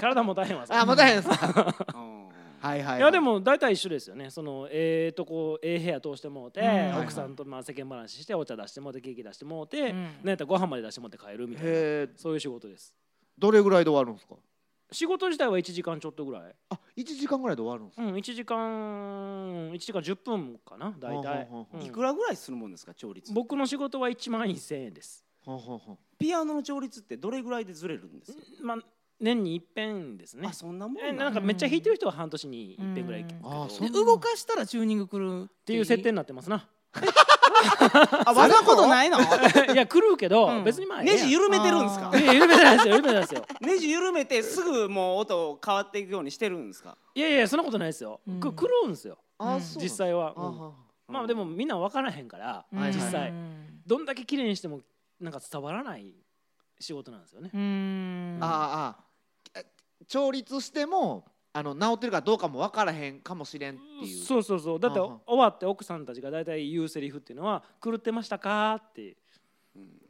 [SPEAKER 2] 体も大変わ
[SPEAKER 4] あーまた変ですか
[SPEAKER 3] うん
[SPEAKER 4] はいはい
[SPEAKER 2] いやでも大体一緒ですよねそのええとこええ部屋通してもうて、
[SPEAKER 1] うん
[SPEAKER 2] 奥さんとまあ世間話してお茶出してもうてケーキ出してもうて、
[SPEAKER 1] うん
[SPEAKER 2] なんやったらご飯まで出してもうて帰るみたいな
[SPEAKER 4] へえ
[SPEAKER 2] そういう仕事です
[SPEAKER 4] どれぐらいで終わるんですか
[SPEAKER 2] 仕事自体は1時間ちょっとぐらい
[SPEAKER 4] あ一時間ぐらいで終わるんです
[SPEAKER 2] うん1時間1時間10分かな大体
[SPEAKER 4] ほうほうほう
[SPEAKER 2] うん
[SPEAKER 3] いくらぐらいするもんですか調律
[SPEAKER 2] 僕の仕事は1万1000円です
[SPEAKER 4] ほんほんほん
[SPEAKER 3] ピアノの調律ってどれぐらいでずれるんですか、
[SPEAKER 2] まあ年に一遍ですね
[SPEAKER 3] あそんなもん
[SPEAKER 2] え
[SPEAKER 3] な
[SPEAKER 2] なんん
[SPEAKER 3] だ
[SPEAKER 2] かめっちゃ弾いてる人は半年に一遍ぐらい行くけど
[SPEAKER 4] うんあーそ
[SPEAKER 1] で
[SPEAKER 4] う
[SPEAKER 1] 動かしたらチューニングくるっ
[SPEAKER 2] っていう設定になってますな
[SPEAKER 1] あわざことないの
[SPEAKER 2] いや狂うけど、
[SPEAKER 1] うん
[SPEAKER 2] 別にまあええや
[SPEAKER 3] ネ
[SPEAKER 2] ん
[SPEAKER 3] ジ緩めてるんですか
[SPEAKER 1] あ
[SPEAKER 2] いや緩めてないですよ緩めてないですよ
[SPEAKER 3] ネジ緩めてすぐもう音変わっていくようにしてるんですか
[SPEAKER 2] いやいやそんなことないですよ、
[SPEAKER 1] うん
[SPEAKER 2] く狂うんですよ
[SPEAKER 4] あ
[SPEAKER 1] うん
[SPEAKER 4] ーそう
[SPEAKER 2] 実
[SPEAKER 4] なんですか
[SPEAKER 2] 際は、
[SPEAKER 4] あー
[SPEAKER 2] うん
[SPEAKER 4] は
[SPEAKER 2] まあでもみんな分からへんから、
[SPEAKER 4] はいはい
[SPEAKER 2] 実際、
[SPEAKER 1] うん
[SPEAKER 2] どんだけ綺麗にしてもなんか伝わらない仕事なんですよね、
[SPEAKER 1] うん
[SPEAKER 4] あーあーえ調律してもあの治ってるかどうかも分からへんかもしれんっていう
[SPEAKER 2] そうそうそうだって
[SPEAKER 4] あは
[SPEAKER 2] 終わって奥さんたちが大体言うセリフっていうのは「狂ってましたか?」って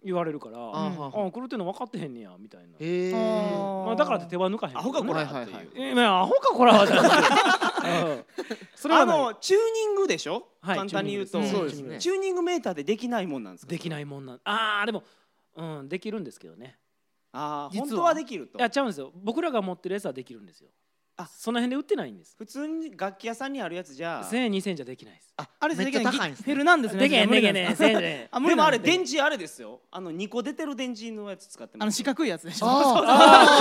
[SPEAKER 2] 言われるから「あ
[SPEAKER 4] あ
[SPEAKER 1] うん
[SPEAKER 4] はは
[SPEAKER 2] 狂ってんの分かってへんねや」みたいな、
[SPEAKER 4] へえ
[SPEAKER 2] まあ、だからって手は抜かへん
[SPEAKER 3] アホかこ
[SPEAKER 4] は
[SPEAKER 3] ら
[SPEAKER 4] い
[SPEAKER 3] っ
[SPEAKER 4] はい
[SPEAKER 3] て
[SPEAKER 4] はいいう
[SPEAKER 2] えいやアホかこらはじゃない、うん、それは
[SPEAKER 3] あ
[SPEAKER 2] ない
[SPEAKER 3] のチューニングでしょ、
[SPEAKER 2] はい
[SPEAKER 3] 簡単に言うと
[SPEAKER 1] チューニング
[SPEAKER 4] ですそうですね
[SPEAKER 3] チューニングメーターでできないもんなんですか
[SPEAKER 2] できないもんなんあーでもうんできるんですけどね
[SPEAKER 3] ああ
[SPEAKER 1] 実は
[SPEAKER 3] 本当はできると
[SPEAKER 2] いやちゃうんですよ僕らが持ってるやつはできるんですよ
[SPEAKER 3] あ
[SPEAKER 2] その辺で売ってないんです
[SPEAKER 3] 普通に楽器屋さんにあるやつじゃ
[SPEAKER 2] 1000円2000円じゃできないです
[SPEAKER 4] あ
[SPEAKER 1] あれじゃ
[SPEAKER 4] め
[SPEAKER 1] で
[SPEAKER 4] っち
[SPEAKER 1] き
[SPEAKER 4] ゃ
[SPEAKER 1] ない
[SPEAKER 4] 高いんです
[SPEAKER 1] フェ
[SPEAKER 4] ね
[SPEAKER 1] ルナンデスのやつじゃ無理なんですか
[SPEAKER 2] 1000円で
[SPEAKER 1] あ無
[SPEAKER 3] で
[SPEAKER 1] 理
[SPEAKER 3] も
[SPEAKER 1] な
[SPEAKER 3] あ
[SPEAKER 1] ん
[SPEAKER 3] れ
[SPEAKER 1] ですね
[SPEAKER 3] 電池あれですよあの2個出てる電池のやつ使ってます
[SPEAKER 1] あの四角いやつでしょ
[SPEAKER 4] あ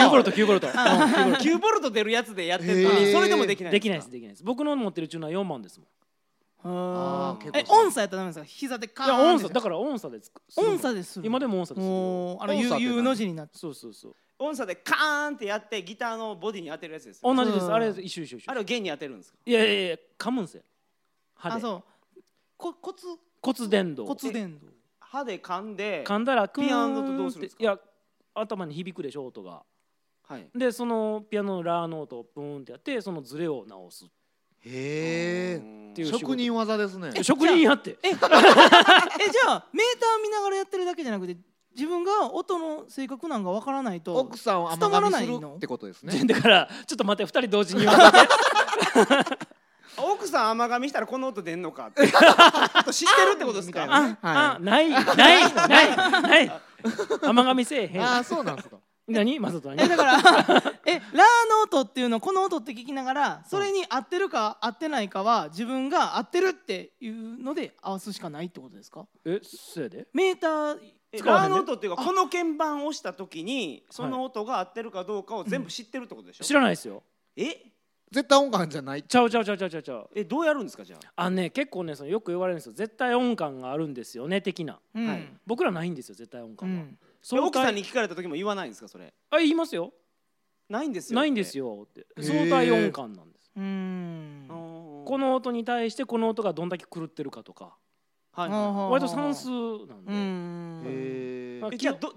[SPEAKER 2] あー9ボルト9ボル ト
[SPEAKER 3] 9ボルト出るやつでやってるの
[SPEAKER 4] へ
[SPEAKER 3] に
[SPEAKER 4] ー
[SPEAKER 3] それでもできない
[SPEAKER 2] できないですできないです僕の持ってるチューナー4万ですもん
[SPEAKER 4] あ
[SPEAKER 1] あ
[SPEAKER 4] ー結構
[SPEAKER 1] え音差やったらダメですか膝でカ
[SPEAKER 2] いや
[SPEAKER 1] ーン
[SPEAKER 2] 音
[SPEAKER 1] って
[SPEAKER 2] 差だから音差でつくするの
[SPEAKER 1] 音差でする
[SPEAKER 2] 今でも音差ですよ
[SPEAKER 1] もうあの
[SPEAKER 4] 音差って
[SPEAKER 1] U
[SPEAKER 4] 何
[SPEAKER 1] の字になって
[SPEAKER 2] そうそうそう
[SPEAKER 3] 音差でカーンってやってギターのボディに当てるやつですよね
[SPEAKER 2] 同じで
[SPEAKER 1] う
[SPEAKER 2] す
[SPEAKER 1] ん
[SPEAKER 2] あれ一緒一緒一緒
[SPEAKER 3] あれを弦に当てるんですか
[SPEAKER 2] いやいやいや噛むんすよ歯
[SPEAKER 1] あ
[SPEAKER 2] で
[SPEAKER 1] そうこコツ
[SPEAKER 2] 骨伝導
[SPEAKER 1] コツ伝導
[SPEAKER 3] 歯で噛んで
[SPEAKER 2] 噛んだらクーン
[SPEAKER 3] ピアノとどうするんです
[SPEAKER 2] っ
[SPEAKER 3] か
[SPEAKER 2] ていや頭に響くでしょ音が
[SPEAKER 3] はい
[SPEAKER 2] でそのピアノのラーの音をブーンってやってそのズレを直す
[SPEAKER 4] へえ
[SPEAKER 2] ていう仕事
[SPEAKER 4] 職人技ですね
[SPEAKER 2] 職人やって
[SPEAKER 1] ええじゃあメーター見ながらやってるだけじゃなくて自分が音の性格なんかわからないと
[SPEAKER 4] 奥さんを甘
[SPEAKER 1] 伝わら
[SPEAKER 4] 噛
[SPEAKER 1] ない
[SPEAKER 4] み
[SPEAKER 1] の
[SPEAKER 4] するってことですね
[SPEAKER 2] だからちょっと待って二人同時に言わない
[SPEAKER 3] 奥さん甘噛みしたらこの音出んのか ってちょっと知ってるってことですか
[SPEAKER 2] あ、あないないないない甘噛みせえへん
[SPEAKER 4] ああそうなんですか
[SPEAKER 2] 何マサトは
[SPEAKER 1] え
[SPEAKER 2] ね
[SPEAKER 1] だからえラーの音っていうのこの音って聞きながらそれに合ってるか合ってないかは自分が合ってるっていうので合わすしかないってことですか
[SPEAKER 2] えそうやで
[SPEAKER 1] メーター
[SPEAKER 3] え
[SPEAKER 2] 使わへ
[SPEAKER 3] ラー
[SPEAKER 2] んね
[SPEAKER 3] の音っていうかこの鍵盤を押した時にその音が合ってるかどうかを全部知ってるってことでしょ、
[SPEAKER 2] 知らないですよ
[SPEAKER 3] え
[SPEAKER 4] 絶対音感じゃない
[SPEAKER 2] ちゃうちゃうちゃうちゃうちゃうちゃう
[SPEAKER 3] えどうやるんですかじゃあ
[SPEAKER 2] あのね結構ねそのよく言われるんですよ絶対音感があるんですよね的な
[SPEAKER 1] うん、
[SPEAKER 3] はい
[SPEAKER 2] 僕らないんですよ絶対音
[SPEAKER 1] う
[SPEAKER 2] 感は、
[SPEAKER 1] ん、
[SPEAKER 2] 爽快
[SPEAKER 3] 奥さんに聞かれた時も言わないんですかそれ
[SPEAKER 2] あ言いますよ
[SPEAKER 3] ないんですよ
[SPEAKER 2] ないんです
[SPEAKER 3] よ
[SPEAKER 2] よって
[SPEAKER 4] へー
[SPEAKER 2] 相対音感なんです
[SPEAKER 1] うん
[SPEAKER 3] こ
[SPEAKER 2] この音に対してこの音がどんだけ狂ってるかとか
[SPEAKER 3] はい
[SPEAKER 1] あーはあ
[SPEAKER 2] 割と算数なん
[SPEAKER 1] う
[SPEAKER 2] で
[SPEAKER 1] ん
[SPEAKER 4] へ
[SPEAKER 2] まあ
[SPEAKER 4] え
[SPEAKER 3] えじゃあど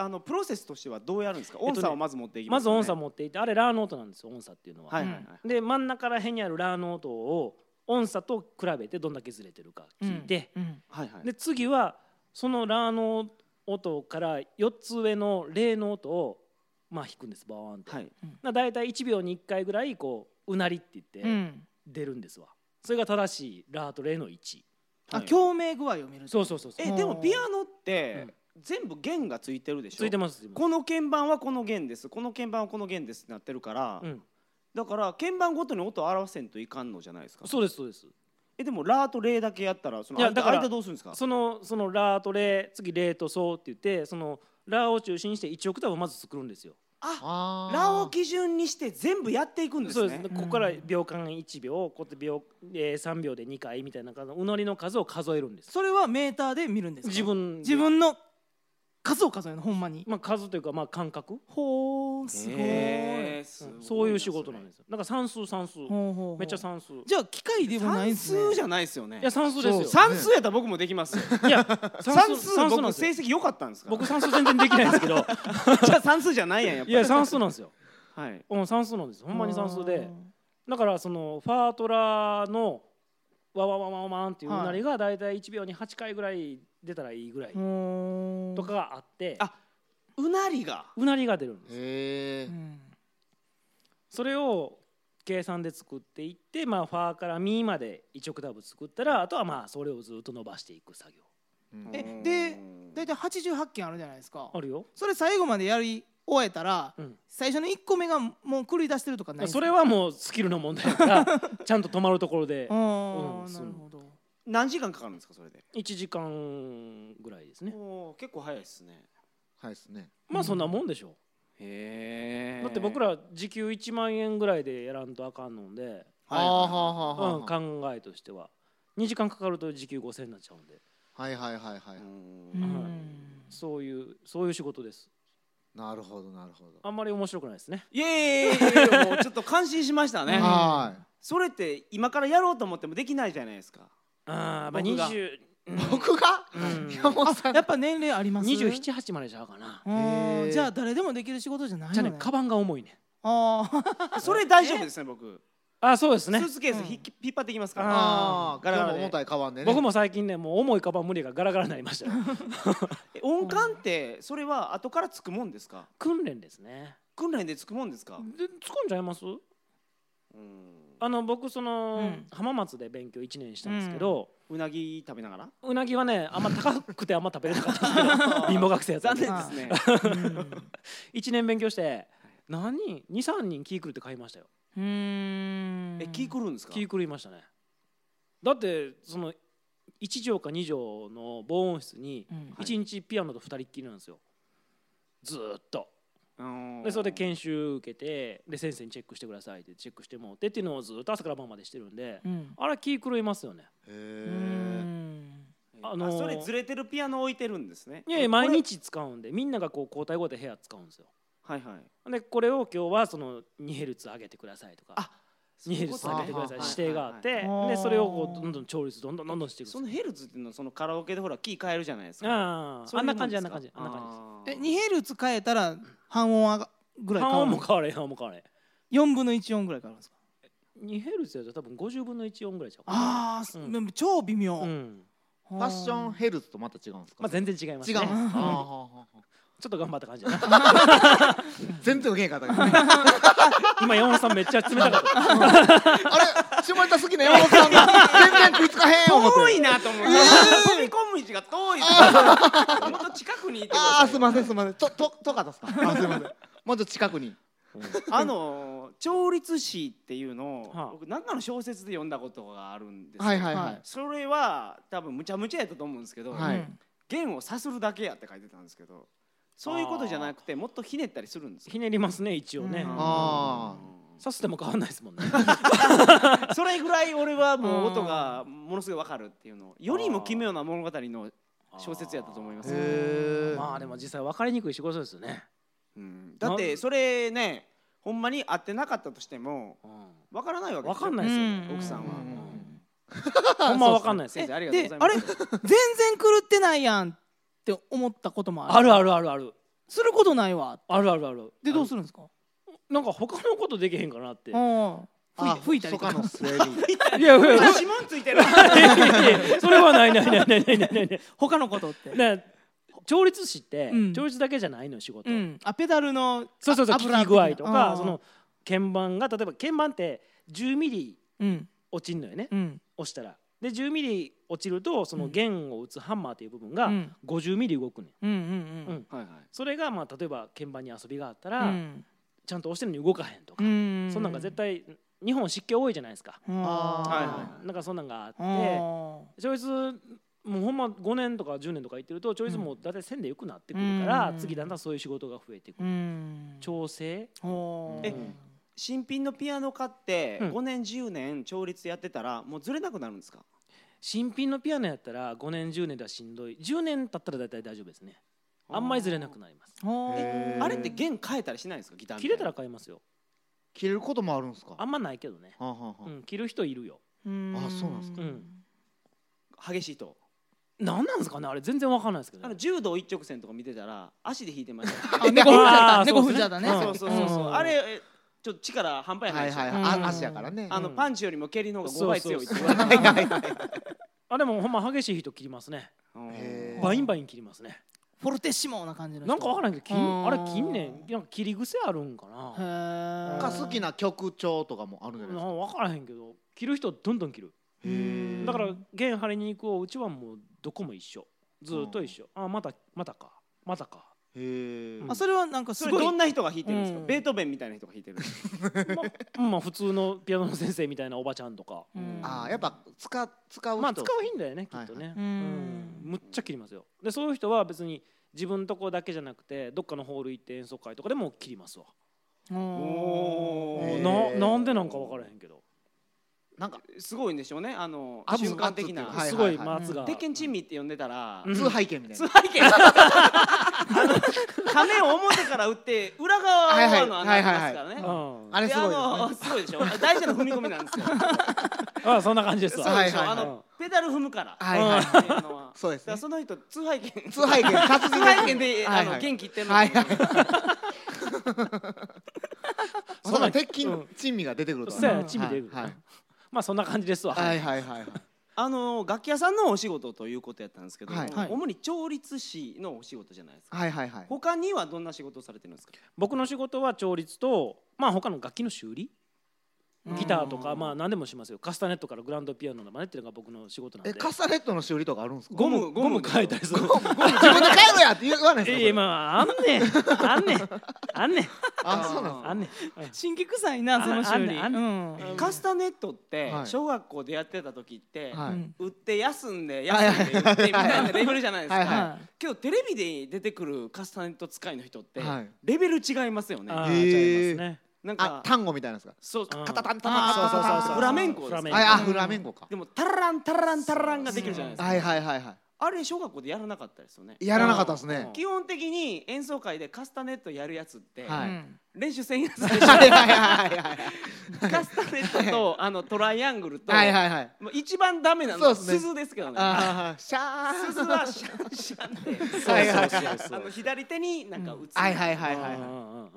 [SPEAKER 3] あのプロセスとしてはどうやるんですか音差をまず持っていき
[SPEAKER 2] ますず
[SPEAKER 3] よね
[SPEAKER 2] 音差持っていてあれラーの音なんですよ音差っていうのは
[SPEAKER 3] はいはいはい
[SPEAKER 2] で真ん中ら辺にあるラーの音を音差と比べてどんだけずれてるか聞いて、
[SPEAKER 1] うん
[SPEAKER 3] はいはい
[SPEAKER 2] で次はそのラーの音から4つ上のレの音をまあ弾くんですバーンって、
[SPEAKER 3] はい
[SPEAKER 2] な大体1秒に1回ぐらいこううなりって言
[SPEAKER 1] う
[SPEAKER 2] って
[SPEAKER 1] ん
[SPEAKER 2] 出るんですわ、それが正しいラーとレの1
[SPEAKER 1] あ
[SPEAKER 3] はい
[SPEAKER 1] 共鳴具合を見る
[SPEAKER 2] そう
[SPEAKER 1] う
[SPEAKER 2] そうそうそう
[SPEAKER 3] えでもピアノって
[SPEAKER 2] うん
[SPEAKER 3] 全部弦がついてるでしょ
[SPEAKER 2] ついてますついてます
[SPEAKER 3] この鍵盤はこの弦ですこの鍵盤はこの弦ですってなってるから、
[SPEAKER 2] うん、
[SPEAKER 3] だから鍵盤ごとに音を表せんといかんのじゃないですか
[SPEAKER 2] そうですそうです
[SPEAKER 3] えでもラーとレーだけやったらその
[SPEAKER 2] いや
[SPEAKER 3] 間
[SPEAKER 2] だから
[SPEAKER 3] 間どうするんですか
[SPEAKER 2] そのそのラーとレ次レとソって言ってそのラーを中心にして1オクターブまず作るんですよ
[SPEAKER 3] あ
[SPEAKER 4] あー
[SPEAKER 3] ラーを基準にして全部やっていくんですね
[SPEAKER 2] そうですねここから秒間1秒こうやって秒、えー、3秒で2回みたいな感じのうのりの数を数えるんです
[SPEAKER 1] それはメーターで見るんですか
[SPEAKER 2] 自分で
[SPEAKER 1] 自分の数を数えるのほんまに
[SPEAKER 2] まあ、数というかまあ感覚
[SPEAKER 1] ほーすごい
[SPEAKER 3] へーすごいな
[SPEAKER 2] そういう仕事なんですよだから算数算数
[SPEAKER 1] ほうほうほう
[SPEAKER 2] めっちゃ算数い
[SPEAKER 1] じゃあ機械でもないんです
[SPEAKER 3] 算
[SPEAKER 1] ね
[SPEAKER 3] 数じゃないですよね
[SPEAKER 2] や算数ですよ
[SPEAKER 3] 算数やったら僕もできますよ
[SPEAKER 2] いや
[SPEAKER 3] 算数
[SPEAKER 2] なん
[SPEAKER 3] 僕
[SPEAKER 2] です
[SPEAKER 3] 成
[SPEAKER 2] よ
[SPEAKER 3] 績良かったんですか
[SPEAKER 2] 僕算数全然できないんですけど
[SPEAKER 3] じゃあ 算数じゃないやんやっぱ
[SPEAKER 2] いや算数なんですよ
[SPEAKER 3] はい
[SPEAKER 2] うん算数なんですほんまに算数でだからそのファートラーのわわわわわわんっていううなりが大体1秒に8回ぐらい出たらいいぐらい
[SPEAKER 1] ほー
[SPEAKER 2] とかがあって
[SPEAKER 3] あうなりが
[SPEAKER 2] うなりが出るんです
[SPEAKER 4] へえ
[SPEAKER 1] うん
[SPEAKER 2] それを計算で作っていって、まあ、ファーからミーまで1オクターブ作ったらあとはまあそれをずっと伸ばしていく作業
[SPEAKER 1] え
[SPEAKER 3] うん
[SPEAKER 1] で大体88件あるじゃないですか
[SPEAKER 2] あるよ、
[SPEAKER 1] それ最後までやり終えたら
[SPEAKER 2] うん、
[SPEAKER 1] 最初の1個目がもう狂い出してるとかないんですか
[SPEAKER 2] それはもうスキルの問題だから ちゃんと止まるところで
[SPEAKER 1] あー
[SPEAKER 2] うん
[SPEAKER 1] なるほど
[SPEAKER 3] 何時間かかるんですかそれで
[SPEAKER 2] 1時間ぐらいですね
[SPEAKER 3] おー結構早いですね
[SPEAKER 4] はいですね
[SPEAKER 2] まあそんなもんでしょ
[SPEAKER 3] へ
[SPEAKER 2] うだって僕ら時給1万円ぐらいでやらんとあかんので、
[SPEAKER 4] あーはあ
[SPEAKER 3] は
[SPEAKER 4] はあはあ
[SPEAKER 2] うん、
[SPEAKER 4] はあ
[SPEAKER 2] 考えとしては2時間かかると時給5000円になっちゃうんで
[SPEAKER 4] はいはいはいはい
[SPEAKER 1] うん
[SPEAKER 2] そういうそういう仕事です
[SPEAKER 4] なるほどなるほど
[SPEAKER 2] あんまり面白くないですね
[SPEAKER 3] いやいやいやいやもうちょっと感心しましたね
[SPEAKER 4] は
[SPEAKER 3] それって今からやろうと思ってもできないじゃないですか
[SPEAKER 2] ああまあ
[SPEAKER 3] 僕が
[SPEAKER 2] 20
[SPEAKER 4] い僕が
[SPEAKER 2] うん
[SPEAKER 4] 山本さん
[SPEAKER 1] やっぱ年齢あります
[SPEAKER 2] 27、8までじゃうかな
[SPEAKER 1] あー
[SPEAKER 4] へー
[SPEAKER 1] じゃあ誰でもできる仕事じゃない
[SPEAKER 2] じ
[SPEAKER 1] よ
[SPEAKER 2] ゃあ
[SPEAKER 1] ね
[SPEAKER 2] ねカバンが重いね
[SPEAKER 1] あ ー
[SPEAKER 3] あそれ大丈夫ですね僕
[SPEAKER 2] あそうです
[SPEAKER 3] ス
[SPEAKER 2] ね
[SPEAKER 3] ーツケースひっ引っ張ってきますから
[SPEAKER 4] ああ
[SPEAKER 3] ガラガラで
[SPEAKER 4] 重たいカバンでね
[SPEAKER 2] 僕も最近ねもう重いカバン無理がガラガラになりましたよ
[SPEAKER 3] え音感ってそれは後からつくもんですか
[SPEAKER 2] 訓練ですね
[SPEAKER 3] 訓練でつくもんですか
[SPEAKER 2] でつくんじゃいます
[SPEAKER 3] うん
[SPEAKER 2] あの僕その、
[SPEAKER 1] うん
[SPEAKER 2] 浜松で勉強1年したんですけど、
[SPEAKER 3] うなぎ食べなが ら
[SPEAKER 2] うなぎはねあんま高くてあんま食べれなか ったんですけど貧乏学生やった
[SPEAKER 3] 残
[SPEAKER 2] んで
[SPEAKER 3] 念ですね
[SPEAKER 2] 1年勉強して何人23人キークルって買いましたよ
[SPEAKER 1] うんうん
[SPEAKER 3] え気くるんですか
[SPEAKER 2] キークルいましたねだってその1畳か2畳の防音室に
[SPEAKER 1] うん
[SPEAKER 2] 1日ピアノと2人っきりなんですよずーっと
[SPEAKER 3] うん
[SPEAKER 2] でそれで研修受けてで先生にチェックしてくださいってチェックしてもらってっていうのをずっと朝から晩までしてるんで、
[SPEAKER 1] うん
[SPEAKER 2] あれ気狂いますよね
[SPEAKER 1] う
[SPEAKER 4] へ
[SPEAKER 1] ん
[SPEAKER 2] あのー
[SPEAKER 3] それずれてるピアノ置いてるんですね
[SPEAKER 2] いやい
[SPEAKER 3] え
[SPEAKER 2] や毎
[SPEAKER 3] これ
[SPEAKER 2] 日使うんでみんながこう交代後で部屋使うんですよ
[SPEAKER 3] はいはい
[SPEAKER 2] でこれを今日はその2ヘルツ上げてくださいとか
[SPEAKER 3] あ
[SPEAKER 2] 2ヘルツ上げてください
[SPEAKER 3] そうい
[SPEAKER 2] 指定
[SPEAKER 3] うこと
[SPEAKER 2] があって
[SPEAKER 1] はいはいはい
[SPEAKER 2] でそれをこうどんどん調律どんどんどんどんしていく
[SPEAKER 3] そのヘルツっていうのはそのカラオケでほらキー変えるじゃないですか
[SPEAKER 2] ああ
[SPEAKER 3] そう
[SPEAKER 2] あ
[SPEAKER 3] い
[SPEAKER 2] ん
[SPEAKER 3] う
[SPEAKER 2] な
[SPEAKER 3] も
[SPEAKER 2] ん感じ
[SPEAKER 3] で
[SPEAKER 2] あ
[SPEAKER 3] す
[SPEAKER 2] ん
[SPEAKER 3] か
[SPEAKER 2] な感じあんな感
[SPEAKER 1] え2ヘルツ変えたら半音上がぐら
[SPEAKER 2] じ
[SPEAKER 1] い
[SPEAKER 2] 半
[SPEAKER 1] 変わ
[SPEAKER 2] 音
[SPEAKER 1] る
[SPEAKER 2] も変われへん半音も変われへん
[SPEAKER 1] 4分の1音ぐらい変わるんですか
[SPEAKER 2] 2ヘルツやと多分50分の1音ぐらいちゃう
[SPEAKER 1] ああ、
[SPEAKER 2] うん
[SPEAKER 1] でも超微妙、
[SPEAKER 2] うん
[SPEAKER 1] フ
[SPEAKER 4] ファッションヘルツとまた違うんですか、
[SPEAKER 2] まあ、全然違います、
[SPEAKER 4] 違
[SPEAKER 2] ね、
[SPEAKER 4] うんです
[SPEAKER 2] ちょ
[SPEAKER 4] かあー
[SPEAKER 2] っと頑張った感じだな
[SPEAKER 4] 全然受けへんかったですね
[SPEAKER 2] 今山本さんめっちゃ冷たかった
[SPEAKER 4] あれ下ネタ好きな山本さんが全然食いつかへん思って
[SPEAKER 3] 遠いなと 思って、飛び込む位置が遠いもっと近くにいてくだ
[SPEAKER 4] あ
[SPEAKER 3] さ
[SPEAKER 4] あ
[SPEAKER 3] い
[SPEAKER 4] すいませんすいませんとととかですかあすいませんもうちょっと近くに
[SPEAKER 3] あの調律詩っていうのを、
[SPEAKER 2] はあ
[SPEAKER 3] 僕なんかの小説で読んだことがあるんですよ
[SPEAKER 4] はいはい
[SPEAKER 1] は
[SPEAKER 4] はいい
[SPEAKER 3] それは多分むちゃむちゃやったと思うんですけど、
[SPEAKER 4] はい
[SPEAKER 3] 弦をさするだけやって書いてたんですけどそういうことじゃなくてもっとひねったりするんですよ
[SPEAKER 2] ひねりますね一応ね
[SPEAKER 1] うん
[SPEAKER 4] あ
[SPEAKER 2] 刺すでも変わんないですもんね
[SPEAKER 3] それぐらい俺はもう
[SPEAKER 1] うん
[SPEAKER 3] 音がものすごいわかるっていうのよりも奇妙な物語の小説やったと思いますよ
[SPEAKER 4] へえ
[SPEAKER 2] まあでも実際分かりにくい仕事ですよね、
[SPEAKER 3] うんだってそれねほんまに合ってなかったとしても
[SPEAKER 2] う
[SPEAKER 3] わからないわけ
[SPEAKER 2] ん、分かん
[SPEAKER 3] ない
[SPEAKER 2] ないですよね、
[SPEAKER 1] うん
[SPEAKER 3] 奥さんは
[SPEAKER 4] うん
[SPEAKER 2] ほんま分かんないです
[SPEAKER 3] 先
[SPEAKER 2] ね
[SPEAKER 3] 生あり
[SPEAKER 1] であ
[SPEAKER 3] がとうございま
[SPEAKER 1] れ
[SPEAKER 3] す
[SPEAKER 1] 全 然狂ってないやんって思ったこともある
[SPEAKER 2] あるあるあるある
[SPEAKER 1] することないわ
[SPEAKER 2] あるあるある
[SPEAKER 1] でどう
[SPEAKER 2] る
[SPEAKER 1] するんですか
[SPEAKER 2] なんか他のことできへんかなって
[SPEAKER 1] ああ
[SPEAKER 4] あ
[SPEAKER 1] 吹いたりと
[SPEAKER 4] 他の
[SPEAKER 1] か
[SPEAKER 4] スウェーディ
[SPEAKER 2] いやいやいや
[SPEAKER 3] 指紋ついてる
[SPEAKER 2] それはないないないないないないないない
[SPEAKER 1] 他のこと って
[SPEAKER 2] ね調律師って、
[SPEAKER 1] うん
[SPEAKER 2] 調律だけじゃないの仕事、
[SPEAKER 1] うんあペダルの
[SPEAKER 2] そうそうそう
[SPEAKER 1] あ
[SPEAKER 2] 聞
[SPEAKER 1] 油
[SPEAKER 2] き具合と
[SPEAKER 1] 的な
[SPEAKER 2] かその鍵盤が例えば鍵盤って10ミリ
[SPEAKER 1] うん
[SPEAKER 2] 落ちんのよね、
[SPEAKER 1] うん
[SPEAKER 2] 押したらで10ミリ落ちるとその弦を打つハンマーという部分が
[SPEAKER 1] うん
[SPEAKER 2] 50ミリ動くねん
[SPEAKER 1] うんうんうん
[SPEAKER 3] はいはい
[SPEAKER 2] それがまあ例えば鍵盤に遊びがあった
[SPEAKER 1] う
[SPEAKER 2] ら、
[SPEAKER 1] ん
[SPEAKER 2] ちゃんと押してるのに動かへんとか、
[SPEAKER 1] うん
[SPEAKER 2] そんなんが絶対日本湿気多いじゃないですか、
[SPEAKER 1] ああ
[SPEAKER 3] はいはい
[SPEAKER 2] なんかそんなんがあって、
[SPEAKER 1] あ
[SPEAKER 2] チョイスもうほんま5年とか10年とか行ってるとチョイスも大体線でよくなってくるから、
[SPEAKER 1] うん
[SPEAKER 2] 次だんだんそういう仕事が増えてく
[SPEAKER 1] ーう
[SPEAKER 2] る、
[SPEAKER 1] ん
[SPEAKER 2] 調整
[SPEAKER 1] ほー
[SPEAKER 3] え新品のピアノ買って
[SPEAKER 2] うん
[SPEAKER 3] 5年10年調律やってたらもうずれなくなるんですか
[SPEAKER 2] 新品のピアノやったら5年10年ではしんどい10年経ったら大体大丈夫ですねあんまりずれなくなります
[SPEAKER 1] ほー
[SPEAKER 4] へー
[SPEAKER 3] あれって弦変えたりしないんですかギターみ
[SPEAKER 2] 切
[SPEAKER 3] い
[SPEAKER 2] れ
[SPEAKER 3] な
[SPEAKER 2] たら買いますよ
[SPEAKER 4] 切れることもあるんですか
[SPEAKER 2] あんまないけどね、
[SPEAKER 4] はあはあはあ
[SPEAKER 2] うん、切る人いるよ
[SPEAKER 1] あ
[SPEAKER 4] そうなんですか
[SPEAKER 2] うん
[SPEAKER 3] 激しいと
[SPEAKER 2] なんなんですかねあれ全然わかんないですけど、
[SPEAKER 3] あ
[SPEAKER 2] ね
[SPEAKER 3] の、柔道一直線とか見てたら足で弾いてましたよ
[SPEAKER 1] あ猫踏んじゃっ
[SPEAKER 2] あ
[SPEAKER 1] た
[SPEAKER 2] ー
[SPEAKER 1] 猫踏んじゃったね
[SPEAKER 2] そう
[SPEAKER 3] そうそうそうそう
[SPEAKER 1] うん
[SPEAKER 3] あれえちょっと力半端やない
[SPEAKER 4] はい
[SPEAKER 3] ですよ
[SPEAKER 4] はい、
[SPEAKER 1] うん
[SPEAKER 4] あ足やからね
[SPEAKER 3] あの
[SPEAKER 2] うん
[SPEAKER 3] パンチよりも蹴りの方が5倍強いって言わ
[SPEAKER 2] そ
[SPEAKER 3] れ
[SPEAKER 2] うそ
[SPEAKER 3] て
[SPEAKER 2] うそう あでもほんま激しい人切りますね
[SPEAKER 4] へー
[SPEAKER 2] バインバイン切りますね
[SPEAKER 1] フォルテッシモな感じの人
[SPEAKER 2] なんかわからんけど切ん
[SPEAKER 1] うん
[SPEAKER 2] あれ切んねんなんか切り癖あるんかな
[SPEAKER 1] へー
[SPEAKER 4] なんか好きな曲調とかもあるんじゃない
[SPEAKER 2] な
[SPEAKER 4] ですか
[SPEAKER 2] 分からへんけど着る人どんどん着る
[SPEAKER 1] へー
[SPEAKER 2] だから弦張りに行こううちはもうどこも一緒ずーっと一緒あまたまたかまた か
[SPEAKER 4] へえ
[SPEAKER 1] あそれはなんか
[SPEAKER 3] そ
[SPEAKER 1] す
[SPEAKER 3] れ
[SPEAKER 1] ごい
[SPEAKER 3] どんな人が弾いてるんですか、
[SPEAKER 1] うん
[SPEAKER 3] ベートーベンみたいな人が弾いてるんですか
[SPEAKER 2] ままあ普通のピアノの先生みたいなおばちゃんとか
[SPEAKER 1] うん
[SPEAKER 4] あーやっぱ使使う人
[SPEAKER 2] まあ使う頻度やねきっとね
[SPEAKER 1] はいはい
[SPEAKER 2] うんむっちゃ切りますよでそういう人は別に自分とこだけじゃなくてどっかのホール行って演奏会とかでも切りますわ
[SPEAKER 1] お
[SPEAKER 4] へ
[SPEAKER 1] ー
[SPEAKER 4] ー
[SPEAKER 2] ななんでなんか分からへんけど
[SPEAKER 4] なんか
[SPEAKER 3] すごいんでしょうねあの
[SPEAKER 4] 圧
[SPEAKER 3] 瞬間的な、
[SPEAKER 4] 圧ってはい
[SPEAKER 2] すごい松が
[SPEAKER 3] 鉄拳珍味って呼んでたら、
[SPEAKER 2] うん
[SPEAKER 4] 通背景みたい
[SPEAKER 3] つ
[SPEAKER 4] な
[SPEAKER 3] わけあの金を表から打って裏側
[SPEAKER 4] はいはい
[SPEAKER 3] はあの穴開きますからね、
[SPEAKER 2] うん
[SPEAKER 4] あれ
[SPEAKER 3] です
[SPEAKER 4] ごいですね
[SPEAKER 3] あのすごいでしょ大事な踏み込みなん ですよ
[SPEAKER 2] あそんな感じです
[SPEAKER 3] そうでしょ、
[SPEAKER 2] わ
[SPEAKER 4] はいはいはい
[SPEAKER 3] あのペダル踏むから、
[SPEAKER 4] はいはい
[SPEAKER 3] っていうのは
[SPEAKER 4] そうです
[SPEAKER 3] だから
[SPEAKER 4] ね
[SPEAKER 3] その人通背 券
[SPEAKER 4] 通背景達
[SPEAKER 3] 通
[SPEAKER 4] 人
[SPEAKER 3] 背券で、
[SPEAKER 4] はい
[SPEAKER 3] あ
[SPEAKER 4] は
[SPEAKER 3] の
[SPEAKER 4] い
[SPEAKER 3] 元気いってんの
[SPEAKER 4] はい
[SPEAKER 3] か
[SPEAKER 4] は
[SPEAKER 3] ない
[SPEAKER 4] まさか鉄筋
[SPEAKER 2] うん
[SPEAKER 4] 珍味が出てくるとは
[SPEAKER 2] そうや
[SPEAKER 4] はい
[SPEAKER 2] 珍味出てくる
[SPEAKER 4] はい
[SPEAKER 2] まあそんな感じですわ
[SPEAKER 4] はいはいはいはい
[SPEAKER 3] あの楽器屋さんのお仕事ということやったんですけど、
[SPEAKER 4] はい
[SPEAKER 1] はい
[SPEAKER 3] 主に調律師のお仕事じゃないですか、
[SPEAKER 4] はいはいはい
[SPEAKER 3] 他にはどんな仕事をされてるんですか
[SPEAKER 2] 僕の仕事は調律とまあ他の楽器の修理ギターとかまあ何でもしますよカスタネットからグランドピアノまでっていうのが僕の仕事なんで
[SPEAKER 4] えカスタネットの修理とかあるんですか
[SPEAKER 2] ゴ
[SPEAKER 3] ゴ
[SPEAKER 2] ム
[SPEAKER 3] ム
[SPEAKER 2] ゴ
[SPEAKER 3] ゴ
[SPEAKER 2] ム
[SPEAKER 3] ム
[SPEAKER 2] 変えたりする
[SPEAKER 4] 自分で帰るやって言わない
[SPEAKER 2] い
[SPEAKER 4] で
[SPEAKER 2] や
[SPEAKER 4] す
[SPEAKER 2] いや
[SPEAKER 4] か
[SPEAKER 2] まああんねんあんねんあんねん
[SPEAKER 4] あそうなんです
[SPEAKER 2] あんねん
[SPEAKER 1] 新規臭いなその修理
[SPEAKER 2] ああんあ
[SPEAKER 1] うん
[SPEAKER 3] カスタネットって
[SPEAKER 4] はい
[SPEAKER 3] 小学校でやってた時って、
[SPEAKER 4] は
[SPEAKER 1] う
[SPEAKER 4] い
[SPEAKER 1] ん
[SPEAKER 3] 売って休んで休んで売ってみたいなレベルじゃないですか、
[SPEAKER 4] はいはい
[SPEAKER 1] は
[SPEAKER 3] けどテレビで出てくるカスタネット使いの人って、
[SPEAKER 4] はい
[SPEAKER 3] レベル違いますよね
[SPEAKER 2] ああ
[SPEAKER 4] へ
[SPEAKER 2] 違い
[SPEAKER 4] え
[SPEAKER 2] ますね
[SPEAKER 3] なん
[SPEAKER 4] あ
[SPEAKER 3] か
[SPEAKER 4] 単語みたいなんですか
[SPEAKER 3] そう
[SPEAKER 2] うん
[SPEAKER 3] カタタンタ
[SPEAKER 1] あ
[SPEAKER 3] タ
[SPEAKER 1] ー
[SPEAKER 3] ン
[SPEAKER 1] そうそうそうそう
[SPEAKER 3] フラメンコです
[SPEAKER 2] フラメンコ
[SPEAKER 4] はいあフラメンコか
[SPEAKER 3] でもタラランタラランタラランができるじゃないですか、
[SPEAKER 4] はいはいはいは
[SPEAKER 3] あれ小学校でやらなかったですよね
[SPEAKER 4] いやらなかったです
[SPEAKER 2] うん
[SPEAKER 4] ね
[SPEAKER 3] 基本的に演奏会でカスタネットやるやつって、
[SPEAKER 4] はいい
[SPEAKER 1] うん
[SPEAKER 3] 練習せんやつで
[SPEAKER 4] はい
[SPEAKER 3] しょ
[SPEAKER 4] はいはいはい
[SPEAKER 3] カスタネットとあのトライアングルと、
[SPEAKER 4] はいはいはい
[SPEAKER 3] もう一番ダメなのは
[SPEAKER 4] そうですね
[SPEAKER 3] 鈴ですけどね
[SPEAKER 4] あーシャー
[SPEAKER 3] 鈴はシャンシャンで
[SPEAKER 4] はいはい
[SPEAKER 2] そうそうそう
[SPEAKER 3] あの左手になんか打つ、
[SPEAKER 4] はいはいはい
[SPEAKER 2] うん
[SPEAKER 4] は
[SPEAKER 2] う
[SPEAKER 4] い
[SPEAKER 2] んうんうんうん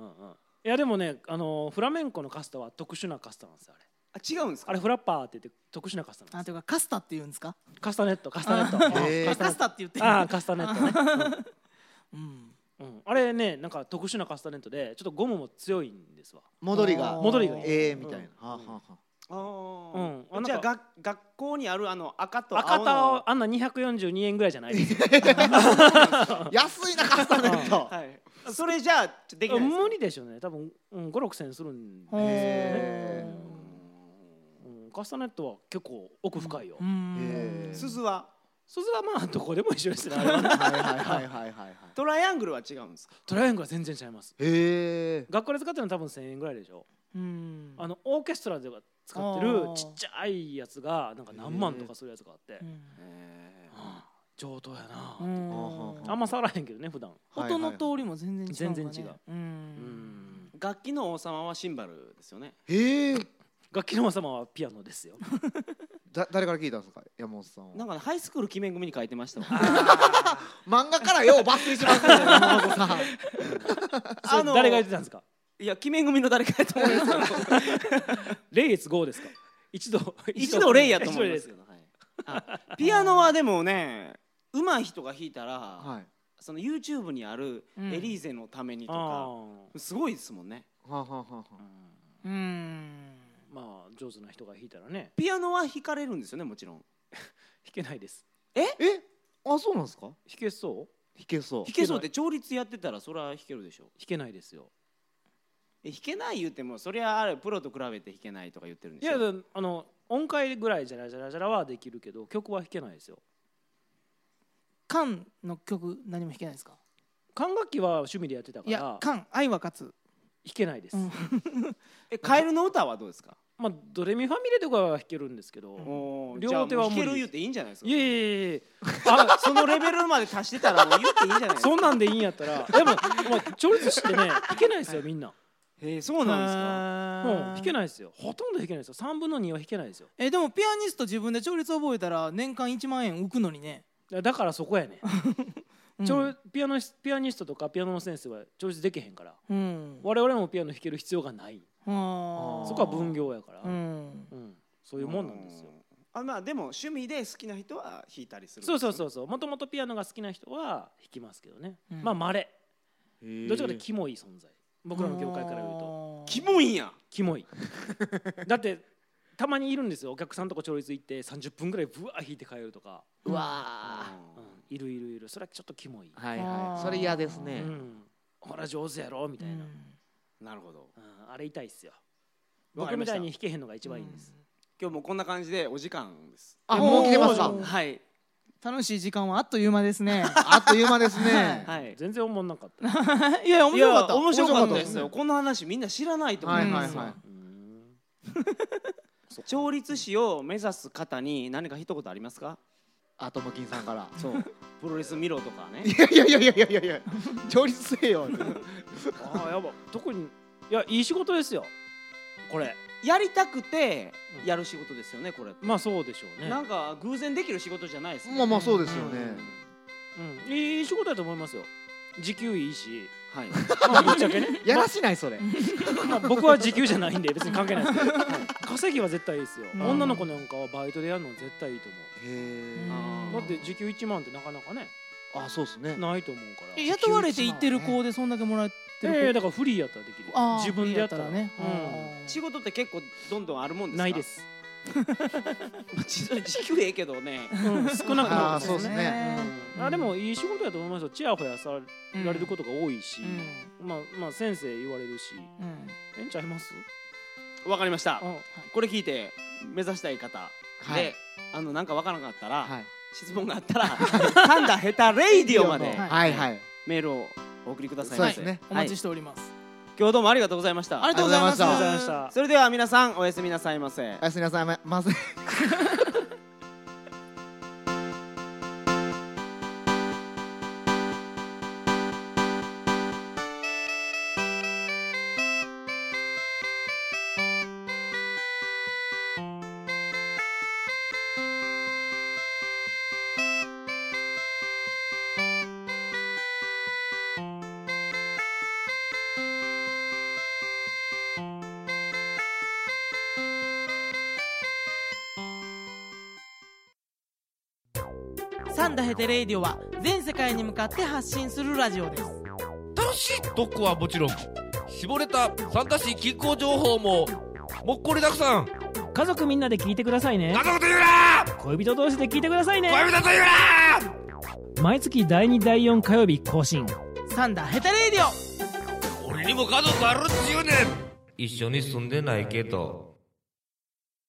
[SPEAKER 2] いやでもねあのフラメンコのカスタは特殊なカスタなんですよあれ
[SPEAKER 3] あ違うんですか
[SPEAKER 2] あれフラッパーって言って特殊なカスタネ
[SPEAKER 1] あ
[SPEAKER 2] ット
[SPEAKER 1] というかカスタっていうんですか
[SPEAKER 2] カスタネットカスタネット
[SPEAKER 1] あ
[SPEAKER 4] へえ
[SPEAKER 2] うん
[SPEAKER 1] カスタって言ってる
[SPEAKER 2] ああカスタネットね、
[SPEAKER 1] うん
[SPEAKER 2] うんうんあれねなんか特殊なカスタネットでちょっとゴムも強いんですわ
[SPEAKER 4] 戻りが
[SPEAKER 1] あー
[SPEAKER 2] 戻りがいい
[SPEAKER 4] ええみたいな、
[SPEAKER 2] うん
[SPEAKER 4] はあはあはあ
[SPEAKER 3] あー
[SPEAKER 2] うんあなんか
[SPEAKER 3] じゃあが学校にあるあの赤と
[SPEAKER 2] 赤
[SPEAKER 3] 青
[SPEAKER 2] 田
[SPEAKER 3] の
[SPEAKER 2] はあんな242円ぐらいじゃないですよ
[SPEAKER 4] 安いなカスタネット、
[SPEAKER 3] はい、それじゃあちょできないですか
[SPEAKER 2] 無理でしょうね多分、うん、5 6千円するんで、
[SPEAKER 4] へ
[SPEAKER 1] ほ
[SPEAKER 2] うん、カスタネットは結構奥深いよ、
[SPEAKER 1] ううん
[SPEAKER 4] へえ
[SPEAKER 3] 鈴は
[SPEAKER 2] それはまあどこでも一緒ですねあれはね
[SPEAKER 4] はいはいはいはいはいはい
[SPEAKER 3] トライアングルは違うんですか
[SPEAKER 2] トライアングルは全然違います
[SPEAKER 4] へえ
[SPEAKER 2] 学校で使ってるのは多分1000円ぐらいでしょ
[SPEAKER 1] うん
[SPEAKER 2] あのオーケストラでは使ってる
[SPEAKER 1] あー
[SPEAKER 2] ちっちゃいやつがなんか何万とかするやつがあって、
[SPEAKER 1] うん
[SPEAKER 2] はあ上等やな、
[SPEAKER 1] うん
[SPEAKER 2] あんま触らへんけどね普段
[SPEAKER 1] 音の通りも全然違うもんね
[SPEAKER 2] 全然違う
[SPEAKER 1] う
[SPEAKER 2] うんん
[SPEAKER 3] 楽器の王様はシンバルですよね
[SPEAKER 4] へえ
[SPEAKER 2] 楽器の王様はピアノです よ
[SPEAKER 4] だ誰から聞いたんですか山本さん
[SPEAKER 3] な
[SPEAKER 4] は
[SPEAKER 3] んか、ね、ハイスクール鬼面組に書いてましたもん
[SPEAKER 4] 漫画からよう抜粋しますね山本さん
[SPEAKER 2] それ
[SPEAKER 3] あの
[SPEAKER 2] 誰が言ってたんですか
[SPEAKER 3] いや鬼面組の誰かやと思いますけど
[SPEAKER 2] レイツゴーですか一度
[SPEAKER 3] 一度レイやと思いま
[SPEAKER 2] 一
[SPEAKER 3] す
[SPEAKER 2] 度
[SPEAKER 3] けど、はい あピアノはでもね上手い人が弾いたら、
[SPEAKER 4] はい
[SPEAKER 3] その YouTube にある
[SPEAKER 1] うん
[SPEAKER 3] エリーゼのために
[SPEAKER 2] レイ
[SPEAKER 3] と
[SPEAKER 2] と
[SPEAKER 3] か、
[SPEAKER 2] か
[SPEAKER 3] すごいですもんね
[SPEAKER 4] はあはあはあはあ
[SPEAKER 1] うん
[SPEAKER 2] まあ上手な人が弾いたらね
[SPEAKER 3] ピアノは弾かれるんですよねもちろん
[SPEAKER 2] 弾けないです
[SPEAKER 4] えあそうなんですか
[SPEAKER 2] 弾けそう
[SPEAKER 4] 弾けそう
[SPEAKER 3] 弾けそうで調律やってたらそれは弾けるでしょ
[SPEAKER 2] 弾けないですよ
[SPEAKER 3] え弾けない言ってもそりゃあれプロと比べて弾けないとか言ってるん
[SPEAKER 2] い
[SPEAKER 3] でし
[SPEAKER 2] や
[SPEAKER 3] ょ
[SPEAKER 2] でもあの音階ぐらいじゃらじゃらじゃらはできるけど曲は弾けないですよ
[SPEAKER 1] 缶の曲何も弾けないですか
[SPEAKER 2] 管楽器は趣味でやってたか
[SPEAKER 1] いや
[SPEAKER 2] ら弾
[SPEAKER 1] 缶愛は勝つ
[SPEAKER 2] けないです、
[SPEAKER 1] うん
[SPEAKER 3] えカエルの歌はどうですか、
[SPEAKER 2] まあドレミファミレとかは弾けるんですけど、
[SPEAKER 3] おー
[SPEAKER 2] 両
[SPEAKER 3] じゃあ
[SPEAKER 2] 手は
[SPEAKER 3] もう弾け
[SPEAKER 2] 無
[SPEAKER 3] る
[SPEAKER 2] 理
[SPEAKER 3] 言っていいんじゃないですか
[SPEAKER 2] いやいやいやいや
[SPEAKER 3] あそのレベルまで達してたらもう言っていいんじゃないですか
[SPEAKER 2] そんなんでいいんやった らでももう調律師ってね弾けないですよみんな
[SPEAKER 3] えーそうなんですか
[SPEAKER 1] へ
[SPEAKER 2] もう
[SPEAKER 1] ー
[SPEAKER 2] 弾けないですよほとんど弾けないですよ3分の2は弾けないですよ
[SPEAKER 1] えでもピアニスト自分で調律覚えたら年間1万円浮くのにね、
[SPEAKER 2] だだからそこやね、
[SPEAKER 1] うん、
[SPEAKER 2] ちょピアノしピアニストとかピアノの先生は調律できへんから
[SPEAKER 1] うん
[SPEAKER 2] 我々もピアノ弾ける必要がない
[SPEAKER 1] はあ
[SPEAKER 2] そこは分業やから、
[SPEAKER 1] う
[SPEAKER 2] うん
[SPEAKER 1] ん
[SPEAKER 2] そういうもんなんですよ
[SPEAKER 3] あまあでも趣味で好きな人は弾いたりする
[SPEAKER 2] そうそうそうそうもともとピアノが好きな人は弾きますけどね、
[SPEAKER 1] うん
[SPEAKER 2] まあまれ
[SPEAKER 4] へえ
[SPEAKER 2] どっちかというとキモい存在僕らの業界から言うと
[SPEAKER 1] と
[SPEAKER 3] キモいんや
[SPEAKER 2] キモいだってたまにいるんですよお客さんとこ調律行って30分ぐらいぶわー弾いて帰るとか、
[SPEAKER 4] うわ
[SPEAKER 2] うん、いるいるいるそれはちょっとキモい、
[SPEAKER 4] ーはい
[SPEAKER 1] あ
[SPEAKER 4] は
[SPEAKER 1] ー
[SPEAKER 4] いそれ嫌です
[SPEAKER 2] う
[SPEAKER 4] ね
[SPEAKER 2] ん、ほら上手やろみたいな、
[SPEAKER 3] なるほど
[SPEAKER 2] うんあれ痛いっすよ
[SPEAKER 3] わか
[SPEAKER 2] 僕
[SPEAKER 3] りま
[SPEAKER 2] み
[SPEAKER 3] した
[SPEAKER 2] たいに弾けへんのが一番いいんです、
[SPEAKER 3] 今日もうこんな感じでお時間です
[SPEAKER 4] あもう来てますか
[SPEAKER 1] おー
[SPEAKER 3] はい
[SPEAKER 1] 楽しい時間はあっという間ですね
[SPEAKER 4] あっという間ですね
[SPEAKER 3] はい
[SPEAKER 2] 全然おもんなかっ た、
[SPEAKER 1] いや面白かった
[SPEAKER 3] いや面白かった
[SPEAKER 4] 面白かった
[SPEAKER 3] で
[SPEAKER 4] ですす
[SPEAKER 3] よ
[SPEAKER 4] ね
[SPEAKER 3] この話みんな知らないと思
[SPEAKER 4] は
[SPEAKER 3] う
[SPEAKER 4] い
[SPEAKER 3] んで
[SPEAKER 4] はい
[SPEAKER 3] すよ
[SPEAKER 4] は
[SPEAKER 2] うん
[SPEAKER 3] 調律師を目指す方に何か一言ありますか
[SPEAKER 4] あともきんさんから
[SPEAKER 3] そうプロレス見ろとかね
[SPEAKER 4] いやいやいやいやいやいや調律せえよ
[SPEAKER 2] ああやば特にいやいい仕事ですよこれ
[SPEAKER 3] やりたくてやる仕事ですよねこれ
[SPEAKER 2] まあそうでしょうね
[SPEAKER 3] なんか偶然できる仕事じゃないです
[SPEAKER 4] まあまあ
[SPEAKER 3] う
[SPEAKER 4] そうですよね
[SPEAKER 2] うん、いい仕事だと思いますよ時給いいし、
[SPEAKER 3] はい
[SPEAKER 2] まあ、ぶっちゃけね、
[SPEAKER 4] やらしないそれ
[SPEAKER 2] まあ、僕は時給じゃないんで別に関係ないですけど、はい稼ぎは絶対いいですよ、
[SPEAKER 1] うん
[SPEAKER 2] 女の子なんかはバイトでやるの絶対いいと思
[SPEAKER 4] へー
[SPEAKER 2] う、だって時給1万ってなかなかね
[SPEAKER 4] あそうですね
[SPEAKER 2] ないと思うから
[SPEAKER 1] え雇われて行ってる子でそんだけもらってる子、
[SPEAKER 2] ええだからフリーやったらできる
[SPEAKER 1] あー
[SPEAKER 2] 自分でやったら
[SPEAKER 1] いいね、
[SPEAKER 2] う
[SPEAKER 3] 仕事って結構どんどんあるもん
[SPEAKER 2] ん
[SPEAKER 3] ですか
[SPEAKER 2] ないです、
[SPEAKER 3] まあち時給ええけどね
[SPEAKER 2] うん、少なくな
[SPEAKER 4] あー
[SPEAKER 2] る
[SPEAKER 4] そうですね
[SPEAKER 2] うんあでもいい仕事やと思いますよちやほやさ
[SPEAKER 1] うん
[SPEAKER 2] られることが多いし、
[SPEAKER 1] うん
[SPEAKER 2] まあまあ先生言われるし
[SPEAKER 1] うん
[SPEAKER 2] ええんちゃいます
[SPEAKER 3] わかりました
[SPEAKER 2] あ
[SPEAKER 3] これ聞いて目指したい方
[SPEAKER 4] は
[SPEAKER 3] で
[SPEAKER 4] い
[SPEAKER 3] あのなんかわからなかったら
[SPEAKER 4] はい
[SPEAKER 3] 質問があったら 「サンダヘタレイディオ」まで
[SPEAKER 1] はい
[SPEAKER 4] はいはい
[SPEAKER 3] メールをお送りください
[SPEAKER 4] そ
[SPEAKER 3] ま
[SPEAKER 4] うで
[SPEAKER 3] せ
[SPEAKER 4] すね
[SPEAKER 1] お待ちしております、
[SPEAKER 3] 今日どうもありがとうございました
[SPEAKER 1] ありがとうございます
[SPEAKER 4] ありがとうご
[SPEAKER 2] ざいました
[SPEAKER 3] それでは皆さんおやすみなさいませ
[SPEAKER 4] おやすみなさいまませ
[SPEAKER 1] サンダヘテレイディオは全世界に向かって発信するラジオです
[SPEAKER 5] 楽しい特攻はもちろん絞れた三田市近郊情報ももっこりたくさん
[SPEAKER 2] 家族みんなで聞いてくださいね
[SPEAKER 5] 家族と言うな
[SPEAKER 2] 恋人同士で聞いてくださいね
[SPEAKER 5] 恋人と言うな
[SPEAKER 2] 毎月第2第4火曜日更新
[SPEAKER 1] サンダヘテレイディオ
[SPEAKER 5] 俺にも家族あるっちゅうねん一緒に住んでないけど